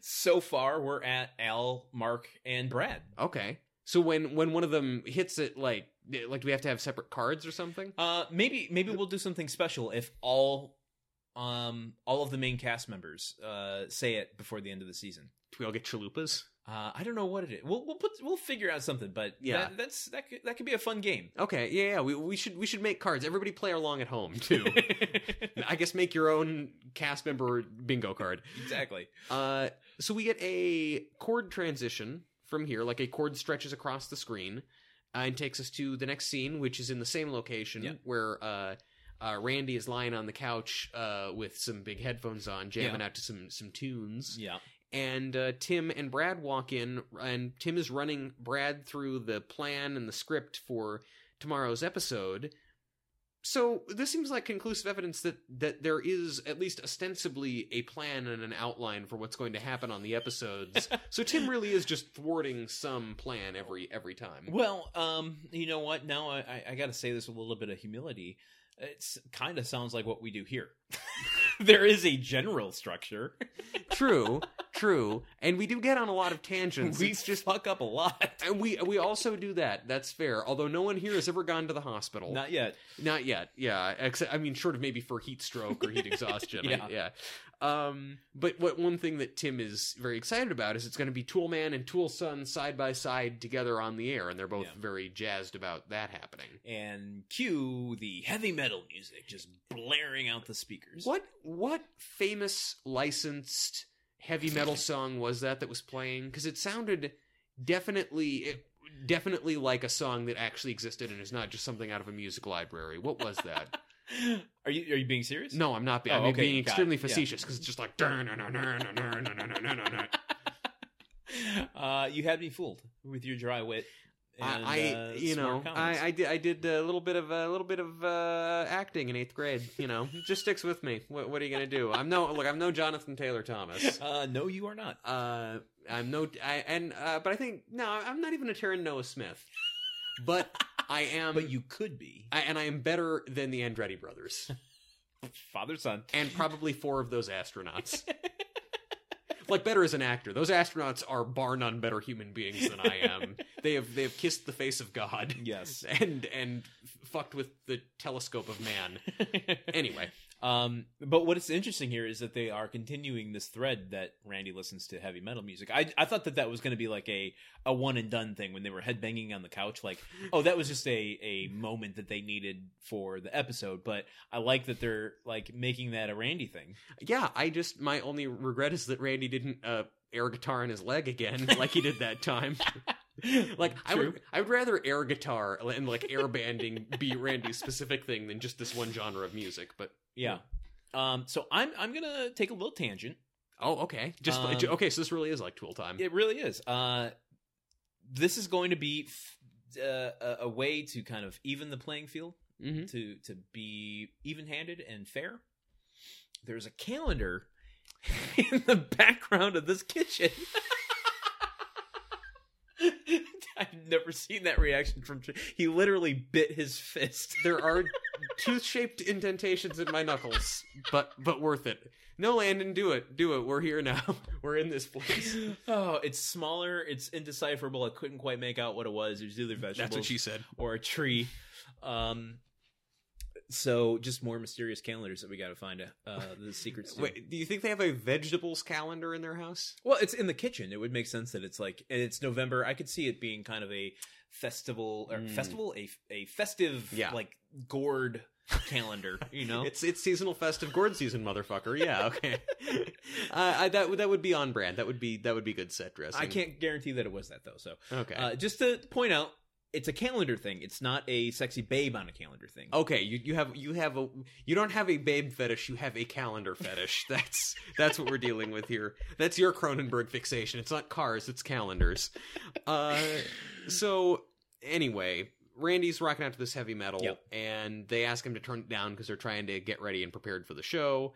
so far, we're at Al, Mark, and Brad.
Okay. So when when one of them hits it, like eh, like do we have to have separate cards or something?
Uh, maybe maybe we'll do something special if all um all of the main cast members uh say it before the end of the season.
Do we all get chalupas?
Uh, I don't know what it is. We'll we'll put we'll figure out something, but
Yeah.
that, that's that could, that could be a fun game.
Okay, yeah, yeah. We we should we should make cards. Everybody play along at home
*laughs*
*laughs* too. I guess make your own cast member bingo card.
exactly.
Uh, so we get a chord transition from here, like a chord stretches across the screen uh, and takes us to the next scene, which is in the same location
Yeah.
where uh, uh, Randy is lying on the couch uh, with some big headphones on, jamming out to some some tunes.
Yeah.
And uh, Tim and Brad walk in, and Tim is running Brad through the plan and the script for tomorrow's episode. So this seems like conclusive evidence that that there is at least ostensibly a plan and an outline for what's going to happen on the *laughs* episodes. so Tim really is just thwarting some plan every every time.
Well, um, you know what? Now I, I, I got to say this with a little bit of humility. It's kind of sounds like what we do here. *laughs* there is a general structure.
True, true, and we do get on a lot of tangents.
we
It's just
fuck up a lot.
and we we also do that. That's fair. Although no one here has ever gone to the hospital.
Not yet.
Not yet. Yeah. Except, I mean, short of maybe for heat
*laughs*
stroke or heat exhaustion. I-
Yeah.
yeah. Um, but what one thing that Tim is very excited about is it's going to be Tool Man and Tool Son side by side together on the air, and they're both
Yeah.
very jazzed about that happening.
And cue the heavy metal music just blaring out the speakers.
What what famous licensed heavy
*laughs*
metal song was that that was playing? Because it sounded definitely it, definitely like a song that actually existed and is not just something out of a music library. What was that?
Are you are you being serious?
No, I'm not. Being,
Oh,
I'm
okay,
being
got it.
extremely
Yeah.
facetious because it's just like. I,
Uh, you had me fooled with your dry wit. *laughs* And,
I
uh,
you know,
smart
I,
comments.
I did I did a little bit of a little bit of uh, acting in eighth grade. You know, It just sticks with me. What, what are you gonna do? I'm no look. I'm no Jonathan
*laughs*
Taylor Thomas.
Uh, no, you are not.
Uh, I'm no. I and uh, but I think no, I'm not even a Taryn Noah Smith. But
*laughs*
I am.
But you could be
I, and I am better than the Andretti brothers.
father son.
and probably four of those astronauts. *laughs* like better as an actor. Those astronauts are bar none better human beings than I
*laughs*
am. they have they have kissed the face of God *laughs*
Yes.
and and fucked with the telescope of man. Anyway,
*laughs* Um, but what is interesting here is that they are continuing this thread that Randy listens to heavy metal music. I, I thought that that was going to be like a, a one and done thing when they were headbanging on the couch. Like, oh, that was just a, a moment that they needed for the episode. But I like that they're like making that a Randy thing. *laughs*
yeah, I just my only regret is that Randy didn't uh air guitar in his leg again *laughs* like he did
*laughs*
that time. Like I
True.
would, I would rather air guitar and like air banding be Randy's specific thing than just this one genre of music. But
yeah. Um, so I'm I'm gonna take a little tangent.
oh, okay, just
Um,
okay. So this really is like Tool time.
It really is. Uh, this is going to be f- uh, a- a way to kind of even the playing field.
Mm-hmm.
to to be even-handed and fair. There's a calendar *laughs* in the background of this kitchen. *laughs* I've never seen that reaction from. Tr- He literally bit his
*laughs*
fist.
There are tooth-shaped indentations in my knuckles, but but worth it. No, Landon, do it, do it. We're here now. *laughs* We're in this place.
Oh, it's smaller. It's indecipherable. I couldn't quite make out what it was. It was either vegetables
said.
or a tree. Um, so just more mysterious calendars that we got to find uh, the secrets. to.
Wait, do you think they have a vegetables calendar in their house?
Well, it's in the kitchen. It would make sense that it's like and it's November. I could see it being kind of a festival or
Mm.
festival a a festive
Yeah.
like gourd calendar. You know,
*laughs* It's it's seasonal festive gourd season, motherfucker. Yeah, okay. *laughs* uh, I, that would that would be on brand. That would be that would be good set dressing.
I can't guarantee that it was that though. So
Okay.
uh, just to point out, it's a calendar thing. It's not a sexy babe on a calendar thing.
*laughs* Okay, you, you have you have a you don't have a babe fetish, you have a calendar fetish. That's that's what we're dealing with here. That's your Cronenberg fixation. It's not cars, it's calendars. Uh, so anyway, Randy's rocking out to this heavy metal,
Yep.
and they ask him to turn it down because they're trying to get ready and prepared for the show.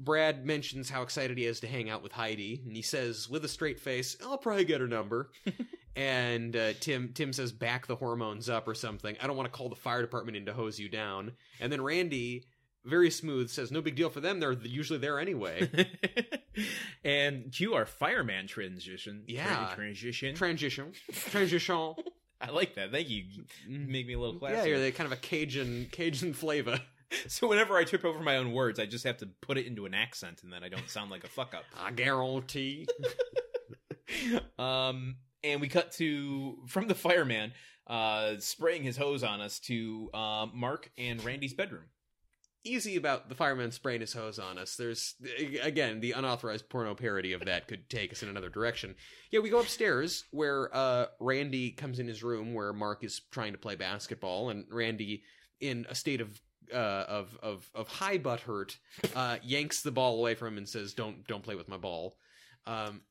Brad mentions how excited he is to hang out with Heidi, and he says with a straight face, "I'll probably get her number." and uh, Tim Tim says, "Back the hormones up" or something. I don't want to call the fire department in to hose you down. And then Randy very smooth, says no big deal for them. They're usually
*laughs*
there anyway.
*laughs* and cue our fireman transition.
Yeah.
Tran- Transition.
Transition, transition.
*laughs* I like that. Thank you. Make me a little classy.
yeah, you're the kind of a Cajun Cajun flavor.
So whenever I trip over my own words, I just have to put it into an accent, and then I don't sound like a fuck *laughs* up.
I guarantee.
Um, and we cut to from the fireman uh, spraying his hose on us to uh, Mark and Randy's bedroom. *laughs*
Easy about the fireman spraying his hose on us. There's again the unauthorized porno parody of that could take us in another direction. Yeah, we go upstairs where uh, Randy comes in his room where Mark is trying to play basketball, and Randy, in a state of uh, of of of high butt hurt, uh, yanks the ball away from him and says, "Don't don't play with my ball." Um,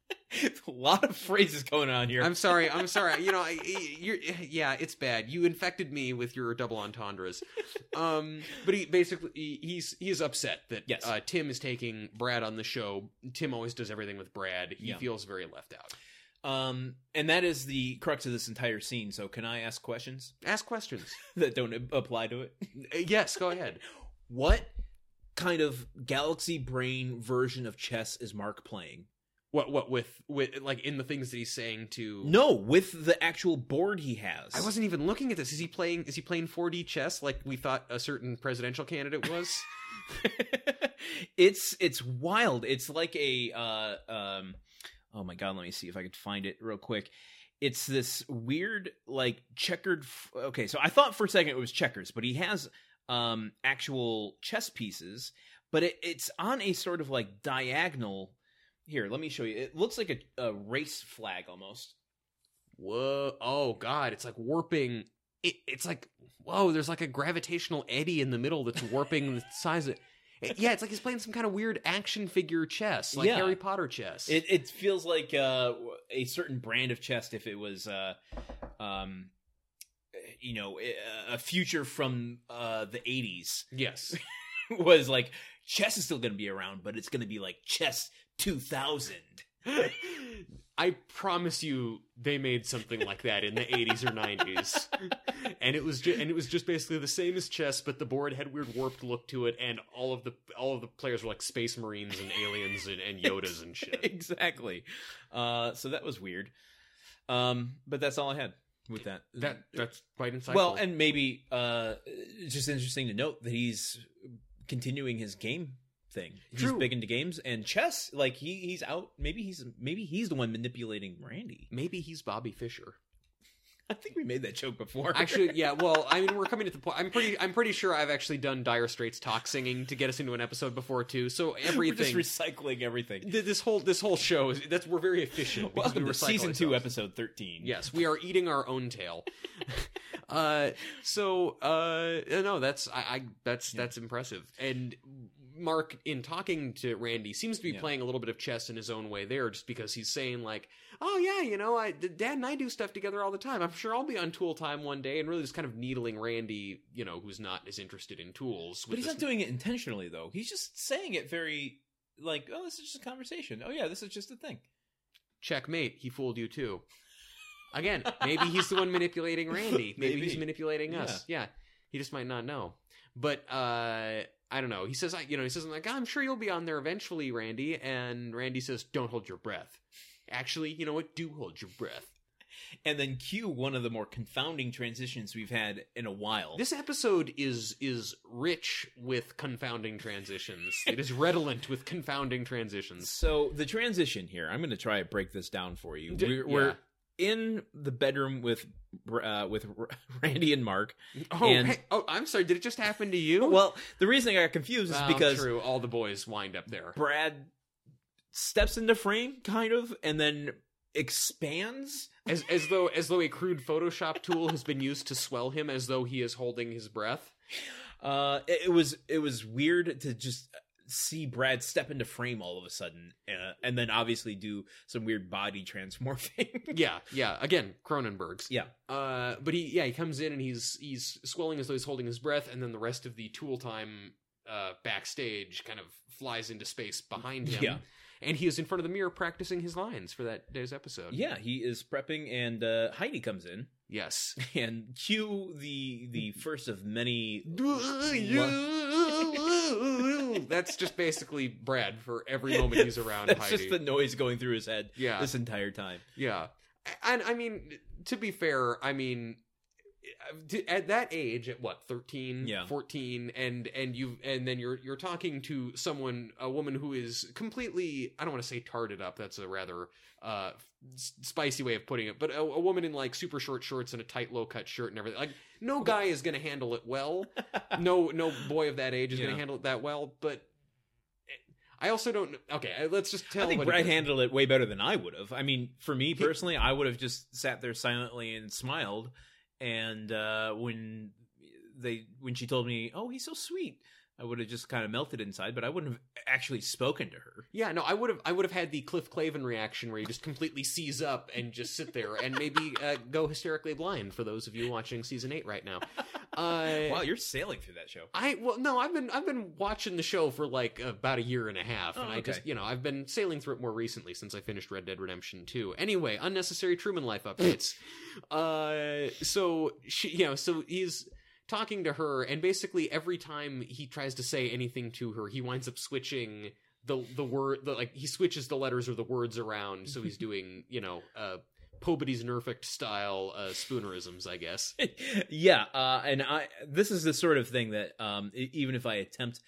a lot of phrases going on here.
I'm sorry. I'm sorry. You know, I, you're, yeah, it's bad. You infected me with your double entendres. Um, but he basically he- he's he's upset that
Yes.
uh, Tim is taking Brad on the show. Tim always does everything with Brad. He
Yeah.
feels very left out.
Um, and that is the crux of this entire scene. So can I ask questions *laughs*
Ask questions.
that don't a- apply to it?
Uh, yes, go ahead.
What kind of galaxy brain version of chess is Mark playing?
What what with with like in the things that he's saying to.
No, with the actual board he has.
I wasn't even looking at this. Is he playing? Is he playing 4D chess like we thought a certain presidential candidate was?
*laughs* it's it's wild. It's like a uh, um, oh my god, let me see if I could find it real quick. It's this weird like checkered. F- okay, so I thought for a second it was checkers, but he has um actual chess pieces, but it, it's on a sort of like diagonal. Here, let me show you. It looks like a, a race flag almost.
whoa oh god it's like warping it, it's like whoa there's like a gravitational eddy in the middle that's
*laughs*
warping the size of it, yeah it's like he's playing some kind of weird action figure chess like
Yeah.
harry potter chess
It it feels like uh, a certain brand of chest if it was, uh, um, you know, a future from uh, the '80s
yes
*laughs* was like chess is still going to be around, but it's going to be like chess 2000.
i promise you they made something like that in the 80s or 90s and it was ju- and it was just basically the same as chess but the board had weird warped look to it and all of the all of the players were like space marines and aliens and, and yodas
*laughs*
and shit
*laughs* exactly. Uh, so that was weird. Um, but that's all I had with that.
that that's quite insightful
well, and maybe uh, it's just interesting to note that he's continuing his game thing. He's
True.
big into games and chess. Like he he's out. Maybe he's maybe he's the one manipulating Randy. *laughs*
maybe he's bobby fisher
I think we made that joke before.
Actually, yeah. Well, I mean, we're coming to the point. I'm pretty. I'm pretty sure I've actually done Dire Straits talk singing to get us into an episode before too. So
*laughs* *laughs* we're
everything.
just recycling everything.
th- this whole this whole show is that's we're very efficient. because
Welcome
we
to
recycle
season two,
ourselves.
episode thirteen.
Yes, we are eating our
*laughs*
own tail. uh, so uh, no, that's I, I that's
Yeah.
that's impressive. And Mark, in talking to Randy, seems to be
Yeah.
playing a little bit of chess in his own way there, just because he's saying like, "Oh yeah, you know, I D- Dad and I do stuff together all the time. I'm sure I'll be on Tool time one day." And really, just kind of needling Randy, you know, who's not as interested in tools.
but
with
he's
this-
not doing it intentionally though. He's just saying it very like, oh, this is just a conversation. Oh yeah, this is just a thing.
checkmate. He fooled you too. Again, maybe he's the one manipulating
*laughs*
Randy. Maybe,
Maybe.
he's manipulating us. Yeah. he just might not know. But uh, I don't know. He says, I, you know, he says, I'm like, I'm sure you'll be on there eventually, Randy. And Randy says, don't hold your breath. Actually, you know what? Do hold your breath.
And then cue one of the more confounding transitions we've had in a while.
This episode is is rich with confounding transitions. it is redolent with confounding transitions.
So the transition here, I'm going to try to break this down for you.
D-
We're, we're in the bedroom with uh, with R- *laughs* Randy and Mark.
Oh,
And-
hey, oh, I'm sorry. Did it just happen to you?
Well, the reason I got confused is
Oh,
because
true. all the boys wind up there.
Brad steps into frame, kind of, and then expands.
as as though as though a crude Photoshop tool has been used to swell him, as though he is holding his breath.
Uh, it, it was it was weird to just see Brad step into frame all of a sudden, uh, and then obviously do some weird body *laughs*
*laughs*
transmorphing.
Yeah, yeah. Again, Cronenberg's.
Yeah.
Uh, but he yeah he comes in and he's he's swelling as though he's holding his breath, and then the rest of the tool time uh backstage kind of flies into space behind him.
Yeah.
And he is in front of the mirror practicing his lines for that day's episode.
yeah, he is prepping, and uh, Heidi comes in. *laughs*
Yes.
and cue the the first of many
ooh, ooh. That's just basically Brad for every moment he's around
That's
Heidi.
just the noise going through his head
yeah,
this entire time.
yeah. And I mean, to be fair, I mean, at that age, at what 13,
Yeah.
14, and and you and then you're you're talking to someone, a woman who is completely, I don't want to say tarted up. That's a rather uh s- spicy way of putting it, but a, a woman in like super short shorts and a tight low cut shirt and everything. Like, no guy is going to handle it
*laughs*
well. no no boy of that age is going
Yeah.
to handle it that well. But eh, I also don't. Okay, let's just tell.
I think
what it
Brad
is.
handled it way better than I would have. I mean, for me personally, I would have just sat there silently and smiled. And uh, when they when she told me, "Oh, he's so sweet," I would have just kind of melted inside, but I wouldn't have actually spoken to her.
Yeah, no, I would have I would have had the Cliff Clavin reaction where you just completely seize up and just sit there and maybe uh, go hysterically blind for those of you watching season 8 right now. Uh
Wow, you're sailing through that show.
I well no, I've been I've been watching the show for like about a year and a half and
Oh,
I just,
okay.
you know, I've been sailing through it more recently since I finished Red Dead Redemption 2. Anyway, unnecessary Truman
*laughs*
life updates. uh so she you know, so he's talking to her and basically every time he tries to say anything to her, he winds up switching the the word the, like he switches the letters or the words around so
*laughs*
he's doing, you know, uh Pobity's nerfect style uh spoonerisms, I guess.
*laughs* yeah, uh, and I this is the sort of thing that um, e- even if I attempt,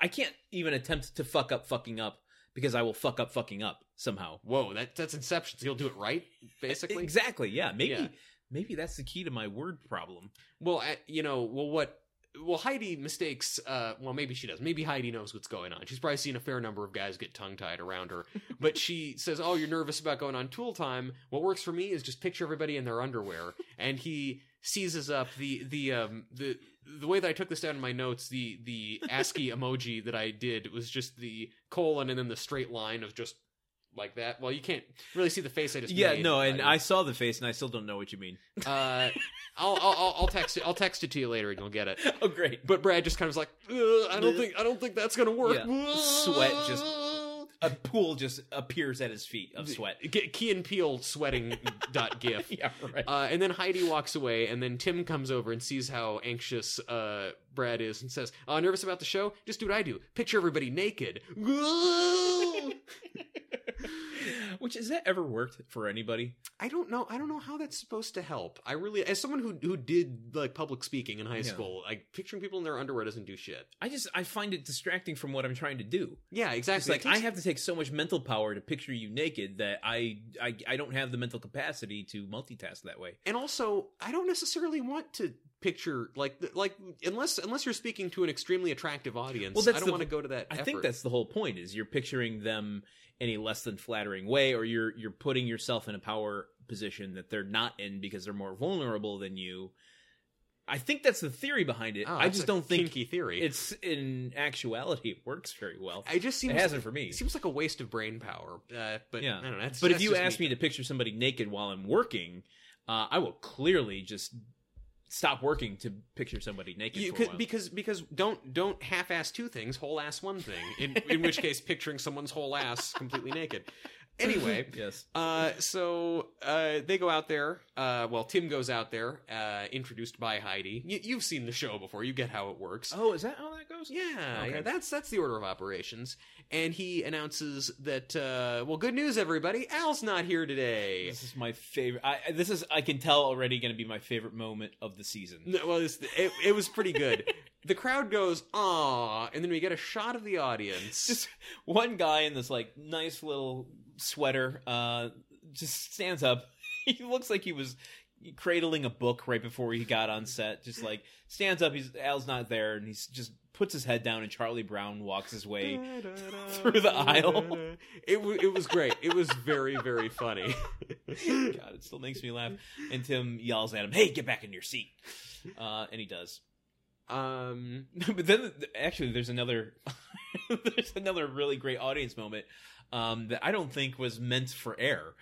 I can't even attempt to fuck up fucking up because I will fuck up fucking up somehow.
Whoa, that that's Inception. So you'll do it right,
E-,
basically.
Exactly. Yeah. Maybe.
Yeah.
Maybe that's the key to my word problem.
Well, I, you know, well, what? Well, Heidi mistakes. Uh, well, maybe she does. Maybe Heidi knows what's going on. She's probably seen a fair number of guys get tongue tied
*laughs*
around her. But she says, "Oh, you're nervous about going on tool time. What works for me is just picture everybody in their
*laughs*
underwear." And he seizes up the the um the the way that I took this down in my notes. The the
*laughs*
ASCII emoji that I did was just the colon and then the straight line of just like that. Well, you can't really see the face I just
yeah.
made,
No. And
but-
I saw the face, and I still don't know what you mean. *laughs*
uh, I'll, I'll- I'll I'll text it. I'll text it to you later, and you'll get it.
oh, great.
But Brad just kind of was like, "Ugh, I don't think I don't think that's gonna work.
Sweat just- A pool just appears at his feet of
*laughs*
sweat.
Get Key and Peel sweating dot
*laughs*
gif.
yeah. Right.
Uh, and then Heidi walks away, and then Tim comes over and sees how anxious uh, Brad is, and says, "Oh, nervous about the show? Just do what I do. Picture everybody naked."
Which has that ever worked for anybody?
I don't know. I don't know how that's supposed to help. I really, as someone who who did like public speaking in high
Yeah.
school, like picturing people in their underwear doesn't do shit.
I just I find it distracting from what I'm trying to do.
Yeah,
It's
exactly.
like I have to take so much mental power to picture you naked that I I, I don't have the mental capacity to multitask that way.
and also I don't necessarily want to picture like th- like unless unless you're speaking to an extremely attractive audience.
Well, that's
I don't
the-
want to go to that.
I
effort.
think that's the whole point is you're picturing them in a less than flattering way or you're you're putting yourself in a power position that they're not in because they're more vulnerable than you. I think that's the theory behind it.
Oh,
I
that's
just
a
don't think
kinky theory.
it's in actuality it works very well.
I just seems
it hasn't for me.
it seems like a waste of brain power. Uh, but
Yeah.
I don't know. That's,
But if
that's
you
just
ask me to picture somebody naked while I'm working, uh, I will clearly just stop working to picture somebody naked
You
for a
could,
while.
because because don't don't half ass two things, whole ass one thing. In in which case, picturing someone's whole ass completely naked. *laughs* Anyway,
*laughs* yes.
Uh, so uh, they go out there. Uh, well, Tim goes out there, uh, introduced by Heidi. Y- you've seen the show before. You get how it works.
Oh, is that how that goes?
Yeah,
Okay.
yeah, that's that's the order of operations. And he announces that, uh, well, good news, everybody. Al's not here today.
This is my favorite. I, I- this is I can tell already going to be my favorite moment of the season.
No, well, it's, it, it was
*laughs*
pretty good. the crowd goes, "Aw," and then we get a shot of the audience.
Just one guy in this like nice little sweater uh just stands up. *laughs* he looks like he was cradling a book right before he got on set. Just like stands up. He's Al's not there, and he's just puts his head down, and Charlie Brown walks his
*laughs*
way. *laughs* through the aisle.
It wa- it was great. It was very very funny. *laughs*
*laughs* God, it still makes me laugh. And Tim yells at him, "Hey, get back in your seat!" Uh, and he does. *laughs*
Um,
but then th- actually there's another *laughs* there's another really great audience moment um that i don't think was meant for air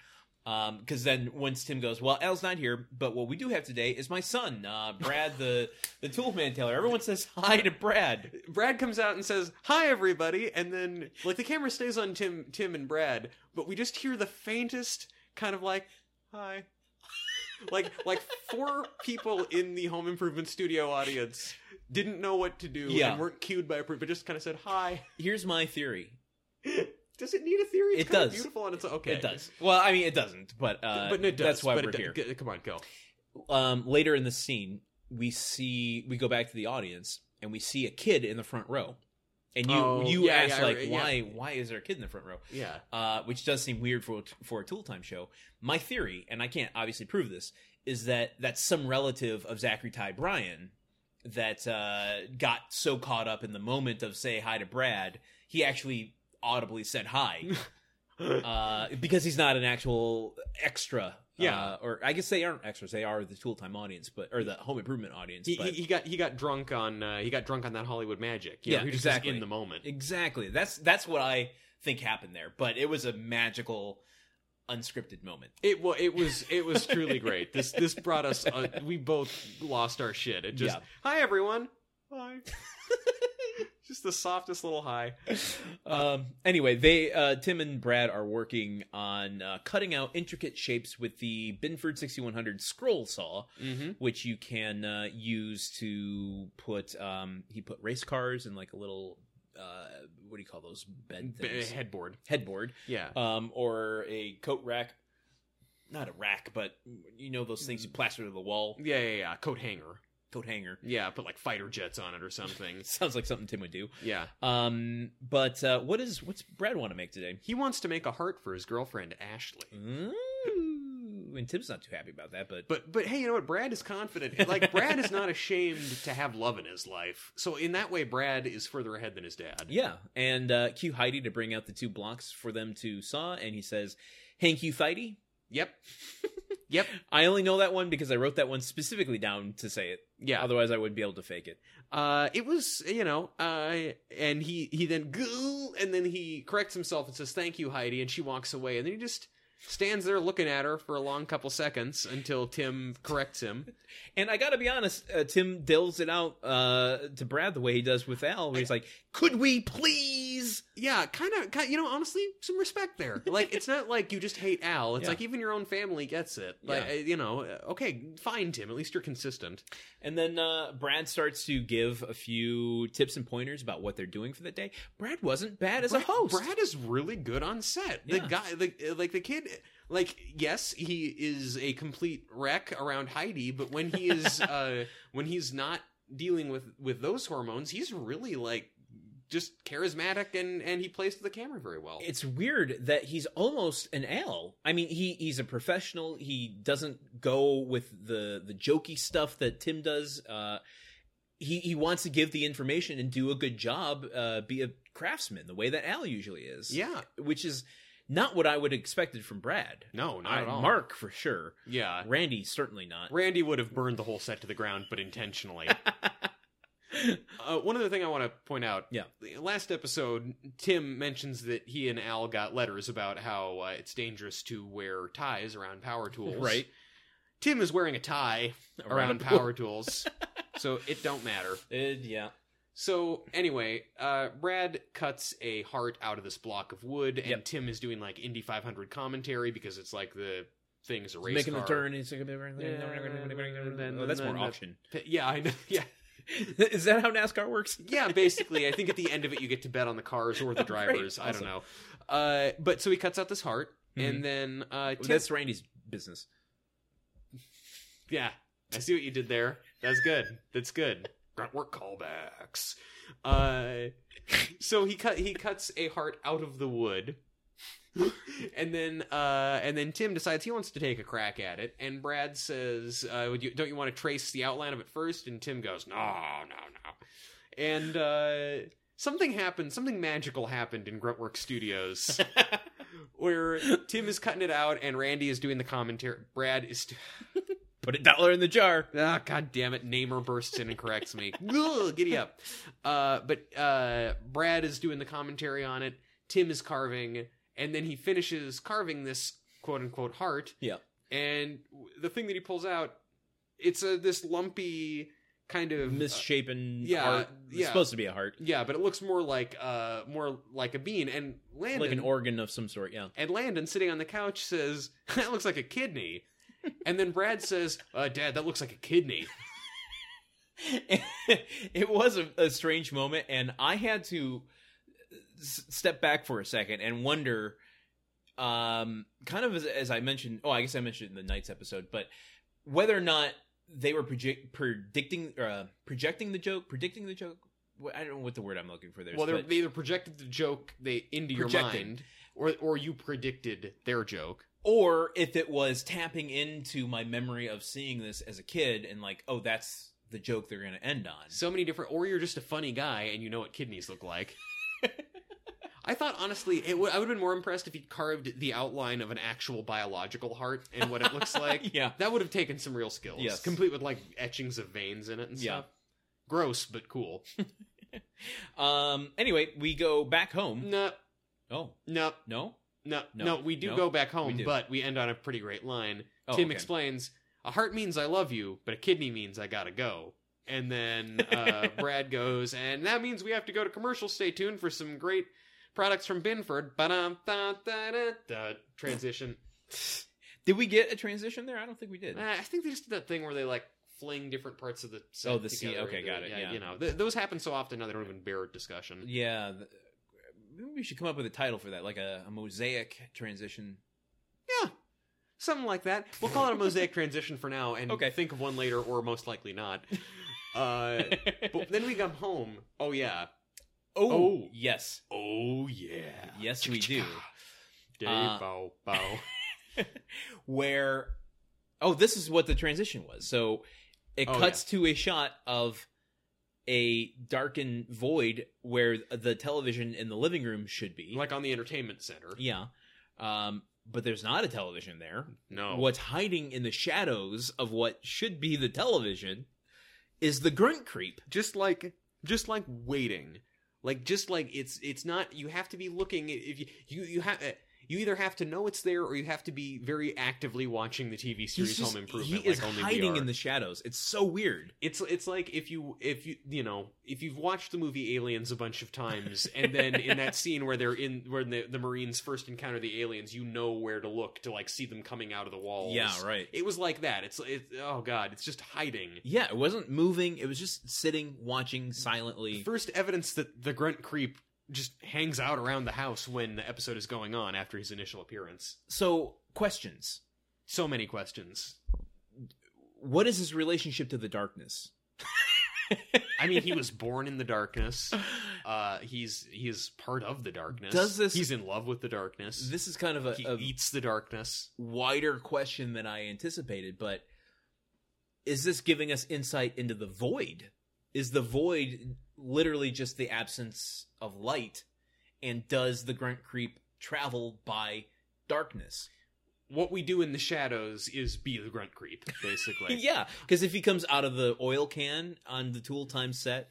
um because then once tim goes well al's not here but what we do have today is my son uh brad the the tool man taylor everyone says hi to brad
Brad comes out and says, "Hi, everybody," and then like the camera stays on Tim, Tim and Brad, but we just hear the faintest kind of like, "Hi," *laughs* like like four people in the home improvement studio audience didn't know what to do
Yeah.
and weren't cued by a proof, but just kind of said hi.
Here's my theory.
Does it need a theory? It's
It
kinda
does.
Beautiful on its own. Okay,
It does. Well, I mean, it doesn't, but uh,
but no, it does.
that's why
but
we're
it do-
here.
g- Come on, go.
um, later in the scene, we see we go back to the audience and we see a kid in the front row, and you
Oh,
you
yeah,
ask
yeah,
like
yeah.
why why is there a kid in the front row?
Yeah.
Uh, which does seem weird for a- for a Tool Time show. My theory, and I can't obviously prove this, is that that's some relative of Zachary Ty Bryan that uh, got so caught up in the moment of say hi to Brad, he actually audibly said hi uh, because he's not an actual extra.
Yeah.
uh, or I guess they aren't extras; they are the Tool Time audience, but or the Home Improvement audience.
he,
but
he, he got he got drunk on uh, he got drunk on that Hollywood magic. You
Yeah,
know, he was just
exactly.
in the moment.
exactly, that's that's what I think happened there. But it was a magical, unscripted moment.
It was it *laughs* was it was truly great. This this brought us. Uh, we both lost our shit. It just
Yeah.
hi everyone. Hi. *laughs* just the softest little hi.
um, anyway, they uh, Tim and Brad are working on uh, cutting out intricate shapes with the Binford 6100 scroll saw,
Mm-hmm.
which you can uh, use to put. Um, he put race cars and like a little. Uh, what do you call those bed things?
headboard.
Headboard,
Yeah.
um, or a coat rack. Not a rack, but you know those things you plaster to the wall.
yeah, yeah, yeah. Coat hanger.
Coat hanger.
Yeah, put like fighter jets on it or something.
Sounds like something Tim would do.
Yeah.
Um, but uh, what is what's Brad want to make today?
He wants to make a heart for his girlfriend Ashley.
Ooh, and Tim's not too happy about that, but,
But but hey, you know what? Brad is confident. Like Brad is not ashamed to have love in his life. So in that way, Brad is further ahead than his dad.
yeah. And uh, cue Heidi to bring out the two blocks for them to saw, and he says, "Hank, you Heidi."
Yep. yep.
I only know that one because I wrote that one specifically down to say it.
Yeah.
Otherwise, I wouldn't be able to fake it.
Uh, it was you know, uh, and he he then goo, and then he corrects himself and says thank you Heidi, and she walks away, and then he just stands there looking at her for a long couple seconds until Tim
*laughs*
corrects him.
And I gotta be honest, uh, Tim dills it out uh, to Brad the way he does with Al, where he's like, "Could we please?"
Yeah, kind of, you know, honestly, some respect there. Like, it's not like you just hate Al. It's
Yeah.
like even your own family gets it. Like,
Yeah.
uh, you know, uh, okay, fine, Tim. At least you're consistent.
And then uh, Brad starts to give a few tips and pointers about what they're doing for the day. Brad wasn't bad as
Brad,
a host.
Brad is really good on set. The
Yeah.
guy, the, eh, like the kid, like yes, he is a complete wreck around Heidi, but when he
*laughs*
is, uh, when he's not dealing with with those hormones, he's really like just charismatic and and he plays to the camera very well.
it's weird that he's almost an L. I mean, he he's a professional. He doesn't go with the the jokey stuff that Tim does. Uh, he he wants to give the information and do a good job. Uh, be a craftsman the way that Al usually is.
yeah,
which is not what I would have expected from Brad.
no, not
I-
at all.
Mark for sure.
yeah.
Randy certainly not.
Randy would have burned the whole set to the ground,
*laughs*
but intentionally. uh, one other thing I want to point out.
Yeah.
The Last episode, Tim mentions that he and Al got letters about how uh, it's dangerous to wear ties around power tools.
Right
Tim is wearing a tie around,
*laughs*
power tools, so it don't matter.
Uh, yeah.
So anyway, uh, Brad cuts a heart out of this block of wood, and
Yep.
Tim is doing like Indy 500 commentary because it's like the thing's a race
Making
car.
the turn. He's like, oh, that's more auction. *laughs*
Yeah, I know. *laughs* Yeah,
Is that how NASCAR works?
*laughs* yeah, basically, I think at the end of it, you get to bet on the cars or the
Great,
drivers. I
awesome.
don't know. Uh, but so he cuts out this heart,
Mhm.
and then uh, Tim,
That's Randy's business.
yeah, I see what you did there. That's good. That's good. Grunt work callbacks. Uh, so he cut he cuts a heart out of the wood, and then uh, and then Tim decides he wants to take a crack at it, and Brad says, uh, would you, "Don't you want to trace the outline of it first? And Tim goes, "No, no, no," and. Uh, Something happened, something magical happened in Gruntwork Studios where Tim is cutting it out and Randy is doing the commentary. Brad is st-
Put a dollar in the jar.
Ah, god damn it! Namer bursts in and corrects me. Ugh, giddy up. Uh, but uh, Brad is doing the commentary on it. Tim is carving, and then he finishes carving this quote unquote heart.
Yeah.
And w- the thing that he pulls out, it's a this lumpy kind
Uh,
of
Misshapen
yeah,
heart. It's
yeah.
supposed to be a heart.
yeah, but it looks more like uh more like a bean. And Landon
Like an organ of some sort, yeah.
and Landon, sitting on the couch, says, *laughs* That looks like a kidney. And then Brad says, uh, Dad, that looks like a kidney.
*laughs* it was a, a strange moment, and I had to s- step back for a second and wonder. Um, kind of as, as I mentioned. Oh, I guess I mentioned it in the Knights episode, but whether or not they were project, predicting, uh, projecting the joke, predicting the joke. wh- I don't know what the word I'm looking for there. is,
well, they're,
but-
they either projected the joke they into your
Projecting.
mind, or or you predicted their joke.
or if it was tapping into my memory of seeing this as a kid and like, oh, that's the joke they're going to end on.
So many different, or you're just a funny guy and you know what kidneys look like. I thought honestly, it would I would have been more impressed if he carved the outline of an actual biological heart and what
*laughs*
it looks
*laughs*
like.
yeah,
That would have taken some real skills.
Yes.
Complete with like etchings of veins in it and
Yeah.
stuff. Gross, but cool.
Um. Anyway, we go back home.
No,
Oh
no,
no.
no,
Mm-hmm. No.
no. we do
No.
go back home,
do.
but we end on a pretty great line.
Oh,
Tim
okay.
explains a heart means I love you, but a kidney means I gotta go. And then
*laughs*
uh, Brad goes, and that means we have to go to commercial. Stay tuned for some great products from Binford. Ba-dum, da, da, da, da.
*laughs*
Transition.
Did we get a transition there? I don't think we did.
Uh, I think they just did that thing where they like fling different parts of the set
Oh, the scene.
together
Okay,
into
got
the-
it, yeah.
you know th- those happen so often now they don't even bear discussion.
yeah. th- Maybe we should come up with a title for that, like a, a mosaic
*laughs*
transition.
something like that. We'll call it a mosaic *laughs* transition for now, and
Okay.
think of one later, or most likely not.
*laughs*
Uh, but then we come home. Oh yeah.
oh,
Oh.
yes,
Oh yeah.
yes, we do.
Day
Uh,
bow bow. *laughs*
Where, oh, this is what the transition was. So it
Oh,
cuts to a shot of a darkened void where the television in the living room should be.
like on the entertainment center.
yeah, um, but there's not a television there.
No.
what's hiding in the shadows of what should be the television is the grunt creep.
Just like just like waiting. Like just like it's it's not you have to be looking if you you, you have you either have to know it's there or you have to be very actively watching the TV
He's
series
just-
Home Improvement
He is
like only we
hiding
are.
in the shadows. It's so weird.
It's it's like if you if you you know if you've watched the movie Aliens a bunch of times and then in
*laughs*
that scene where they're in where the, the Marines first encounter the aliens you know where to look to like see them coming out of the walls.
Yeah, right.
It was like that. It's it, oh god, it's just hiding.
Yeah, it wasn't moving. It was just sitting, watching silently.
First evidence that the grunt creep just hangs out around the house when the episode is going on after his initial appearance.
So, questions.
So many questions.
What is his relationship to the
*sighs*
darkness?
I
*laughs*
mean, he was born in the darkness. Uh, he's he is part of the darkness.
Does this-
He's in love with the darkness.
This is kind of a,
he
a
eats the darkness.
wider question than I anticipated, but is this giving us insight into the void? Is the void literally just the absence of light? And does the grunt creep travel by darkness?
What we do in the shadows is be the grunt creep, basically.
*laughs* Yeah, because if he comes out of the oil can on the Tool Time set,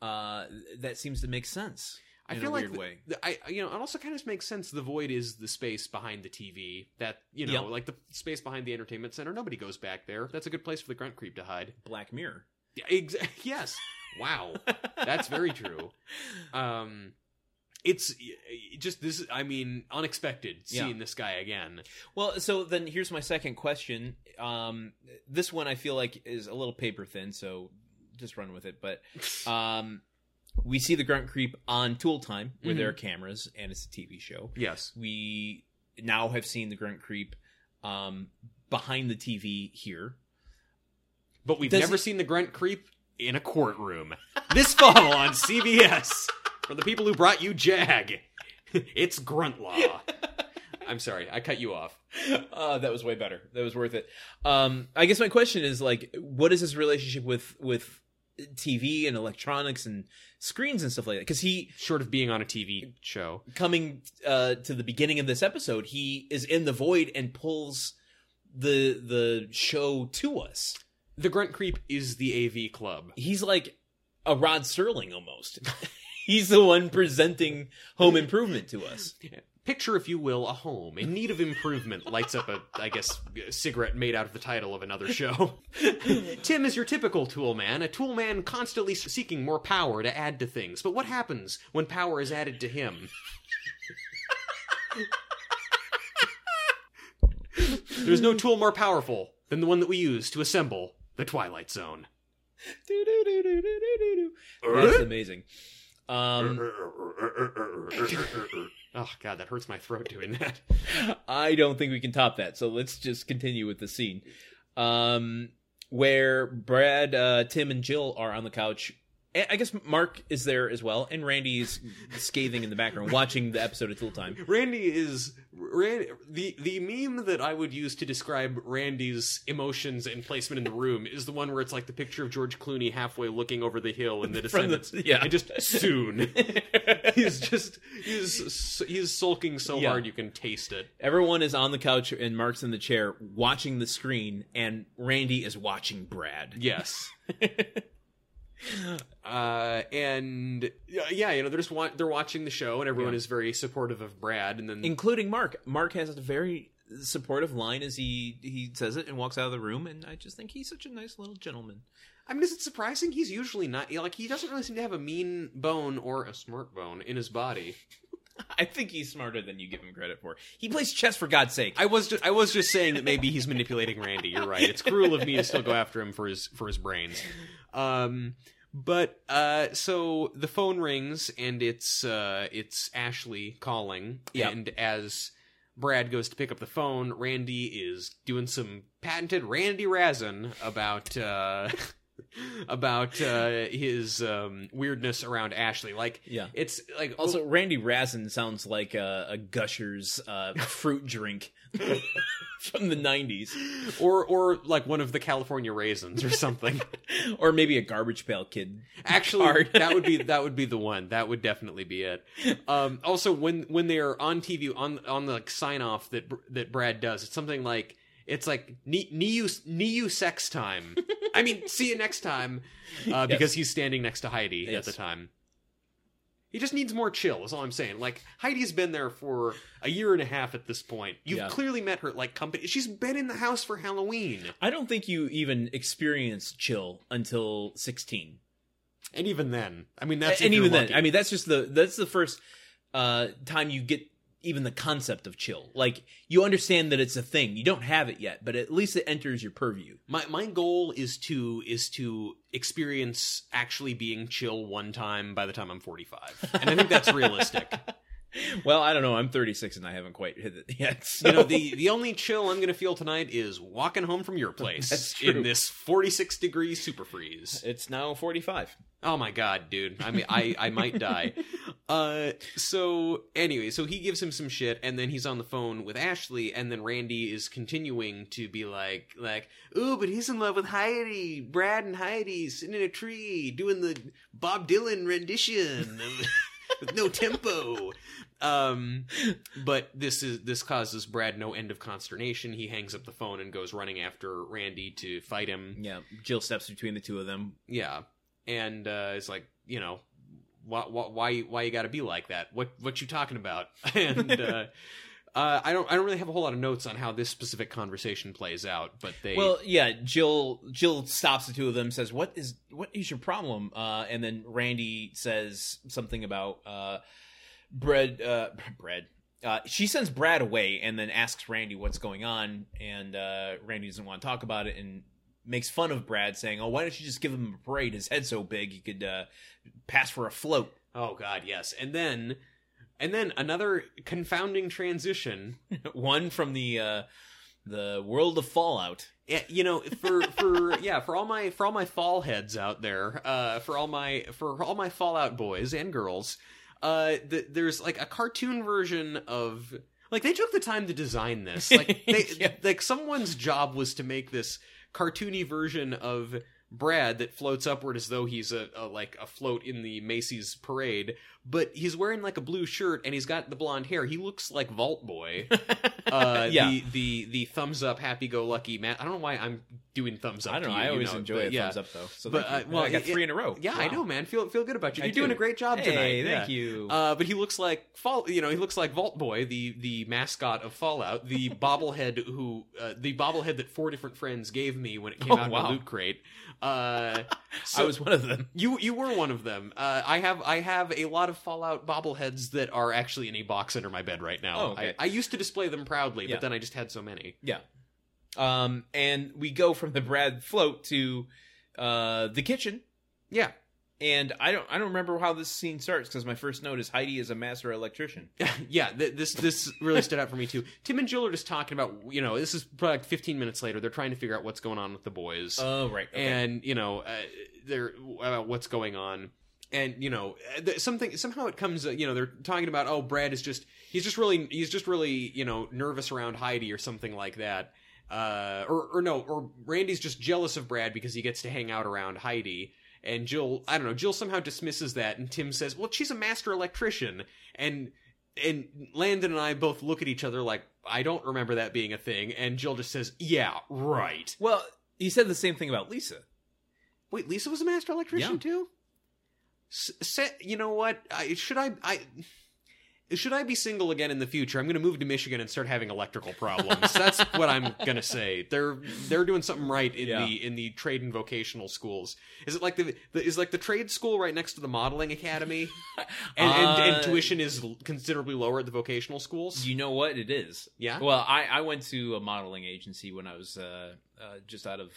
uh, that seems to make sense.
I
in
feel
a
like
weird
the-
way.
The- I you know, it also kind of makes sense. The void is the space behind the TV that you know,
Yeah.
like the space behind the entertainment center. Nobody goes back there. That's a good place for the grunt creep to hide.
Black Mirror.
Yeah, ex- yes. Wow. *laughs* That's very true. Um, it's y- y- just this. I mean, unexpected
Yeah.
seeing this guy again.
Well, so then here's my second question. Um, this one I feel like is a little paper thin, so just run with it. But um, we see the grunt creep on Tool Time, where there are cameras, and it's a TV show.
Yes.
We now have seen the grunt creep um, behind the TV here. *laughs*
But we've
Does
never
it-
seen the grunt creep in a courtroom. *laughs* This fall on CBS for the people who brought you Jag. *laughs* It's grunt law. I'm sorry, I cut you off.
Uh, that was way better. That was worth it. Um, I guess my question is like, what is his relationship with with TV and electronics and screens and stuff like that? Because he
Short of being on a TV show,
coming uh, to the beginning of this episode, he is in the void and pulls the the show to us.
the grunt creep is the AV club.
He's like a Rod Serling almost. *laughs* He's the one presenting Home Improvement to us.
Picture, if you will, a home in need of improvement lights up a, I guess, cigarette made out of the title of another show. Tim is your typical tool man, a tool man constantly seeking more power to add to things. But what happens when power is added to him? There's no tool more powerful than the one that we use to assemble the Twilight Zone.
Doo-doo-doo-doo-doo-doo-doo. That's amazing. Um,
Oh god, that hurts my throat doing that.
I don't think we can top that. So let's just continue with the scene, um, where Brad, uh, Tim, and Jill are on the couch. And I guess Mark is there as well, and Randy's scathing in the background, watching the episode of Tool Time. *laughs*
Randy is Randy, the the meme that I would use to describe Randy's emotions and placement in the room is the one where it's like the picture of George Clooney halfway looking over the hill in
*laughs*
the
From the-
Descendants,
yeah. *laughs*
and just soon. he's just he's he's sulking so
Yeah.
hard you can taste it.
Everyone is on the couch, and Mark's in the chair watching the screen, and Randy is watching Brad. *laughs*
Yes. uh, and yeah, yeah, you know, they're just wa- they're watching the show, and everyone
Yeah.
is very supportive of Brad. And then
including Mark. Mark has a very supportive line as he he says it and walks out of the room, and I just think he's such a nice little gentleman.
I mean, is it surprising he's usually not like he doesn't really seem to have a mean bone or a smart bone in his body?
I think he's smarter than you give him credit for. He plays chess for God's sake.
I was just, I was just saying that maybe he's manipulating Randy. You're right. It's cruel of me to still go after him for his for his brains. Um, but uh, so the phone rings and it's uh, it's Ashley calling.
Yeah.
And as Brad goes to pick up the phone, Randy is doing some patented Randy Razin about. Uh, *laughs* about uh his um weirdness around Ashley like
yeah.
it's like
Also, Randy Razin sounds like a, a Gushers uh, *laughs* fruit drink from the '90s,
or or like one of the California raisins or something
or maybe a Garbage Pail Kid.
Actually,
card.
that would be that would be the one. That would definitely be it. Um, also, when when they are on TV on on the sign off that Br- that Brad does, it's something like it's like "Ne- Neu Neu sex time. I mean, see you next time, uh, because he's standing next to Heidi at
Yes.
the time. He just needs more chill. Is all I'm saying. Like Heidi's been there for a year and a half at this point. You've
Yeah.
clearly met her like company. She's been in the house for Halloween,
I don't think you even experienced chill until 16.
and even then, I mean that's
and
if you're
even
lucky.
then, I mean, that's just the that's the first uh, time you get even the concept of chill. Like you understand that it's a thing. You don't have it yet, but at least it enters your purview.
My my goal is to is to experience actually being chill one time by the time I'm 45, and I
*laughs*
think that's realistic.
Well, I don't know. I'm 36 and I haven't quite hit it *laughs* yet. so-
You know, the the only chill I'm going to feel tonight is walking home from your place
That's true.
in this 46 degree super freeze.
it's now 45.
Oh my god, dude! I mean, I I might die. Uh, so anyway, so he gives him some shit, and then he's on the phone with Ashley, and then Randy is continuing to be like, like, ooh, but he's in love with Heidi, Brad and Heidi sitting in a tree doing the Bob Dylan rendition of- with no tempo. Um, but this is this causes Brad no end of consternation. He hangs up the phone and goes running after Randy to fight him
Yeah, Jill steps between the two of them.
yeah and uh it's like you know why why why you gotta be like that what what you talking about *laughs* and uh Uh, I don't. I don't really have a whole lot of notes on how this specific conversation plays out, but they.
Well, yeah, Jill Jill stops the two of them says, "What is what is your problem?" Uh and then Randy says something about uh bread uh *laughs* bread. Uh, she sends Brad away and then asks Randy what's going on, and uh, Randy doesn't want to talk about it and makes fun of Brad, saying, "Oh, why don't you just give him a parade? His head's so big he could uh, pass for a float." *laughs*
oh God, yes. And then, and then another confounding transition
One from the uh, the world of Fallout.
Yeah, you know, for for *laughs* yeah, for all my for all my fall heads out there, uh, for all my for all my Fallout boys and girls, uh, th- there's like a cartoon version of like they took the time to design this. Like they
Yeah.
like someone's job was to make this cartoony version of Brad that floats upward as though he's a, a like a float in the Macy's parade, but he's wearing like a blue shirt and he's got the blonde hair. He looks like Vault Boy
*laughs*
uh,
Yeah.
the, the the thumbs up happy go lucky man. I don't know why I'm doing thumbs up.
I don't
to
know.
you,
I
you
always
know,
enjoy
but
it.
Yeah.
Thumbs up though. So
But,
thank you.
uh, well,
I got
it-
three in a row.
Yeah, I
Wow.
know, man. Feel feel good about you.
I
You're doing
do.
a great job tonight.
Hey,
yeah.
thank you.
Uh, but he looks like Fall, you know, he looks like Vault Boy, the the mascot of Fallout,
*laughs*
the bobblehead who, uh, the bobblehead that four different friends gave me when it came
Oh,
out
wow.
in the loot crate.
*laughs*
Uh, so-
I was one of them.
you you were one of them. Uh, I have I have a lot of Fallout bobbleheads that are actually in a box under my bed right now.
Oh, okay.
I, I used to display them proudly,
Yeah.
but then I just had so many.
Um, and we go from the Brad float to uh, the kitchen,
Yeah. *laughs*
and I don't I don't remember how this scene starts because my first note is Heidi is a master electrician.
yeah, th- this this really stood out for me too. Tim and Jill are just talking about you know this is probably like 15 minutes later. They're trying to figure out what's going on with the boys,
Oh right, okay.
and you know uh, they're about what's going on, and you know uh, th- something somehow it comes uh, you know they're talking about oh Brad is just he's just really he's just really you know nervous around Heidi or something like that. Uh, or, or no, or Randy's just jealous of Brad because he gets to hang out around Heidi. And Jill, I don't know, Jill somehow dismisses that, and Tim says, "Well, she's a master electrician," and and Landon and I both look at each other like, "I don't remember that being a thing." And Jill just says, "Yeah, right."
well, he said the same thing about Lisa.
Wait, Lisa was a master electrician
Yeah.
too. S- se- you know what? I, should I? I should I be single again in the future? I'm going to move to Michigan and start having electrical
*laughs*
problems. That's what I'm going to say. They're they're doing something right in
Yeah.
the in the trade and vocational schools. Is it like the, the is like the trade school right next to the
*laughs*
modeling academy, and, and,
Uh,
and tuition is l- considerably lower at the vocational schools?
You know what it is.
yeah.
Well, I I went to a modeling agency when I was uh, uh just out of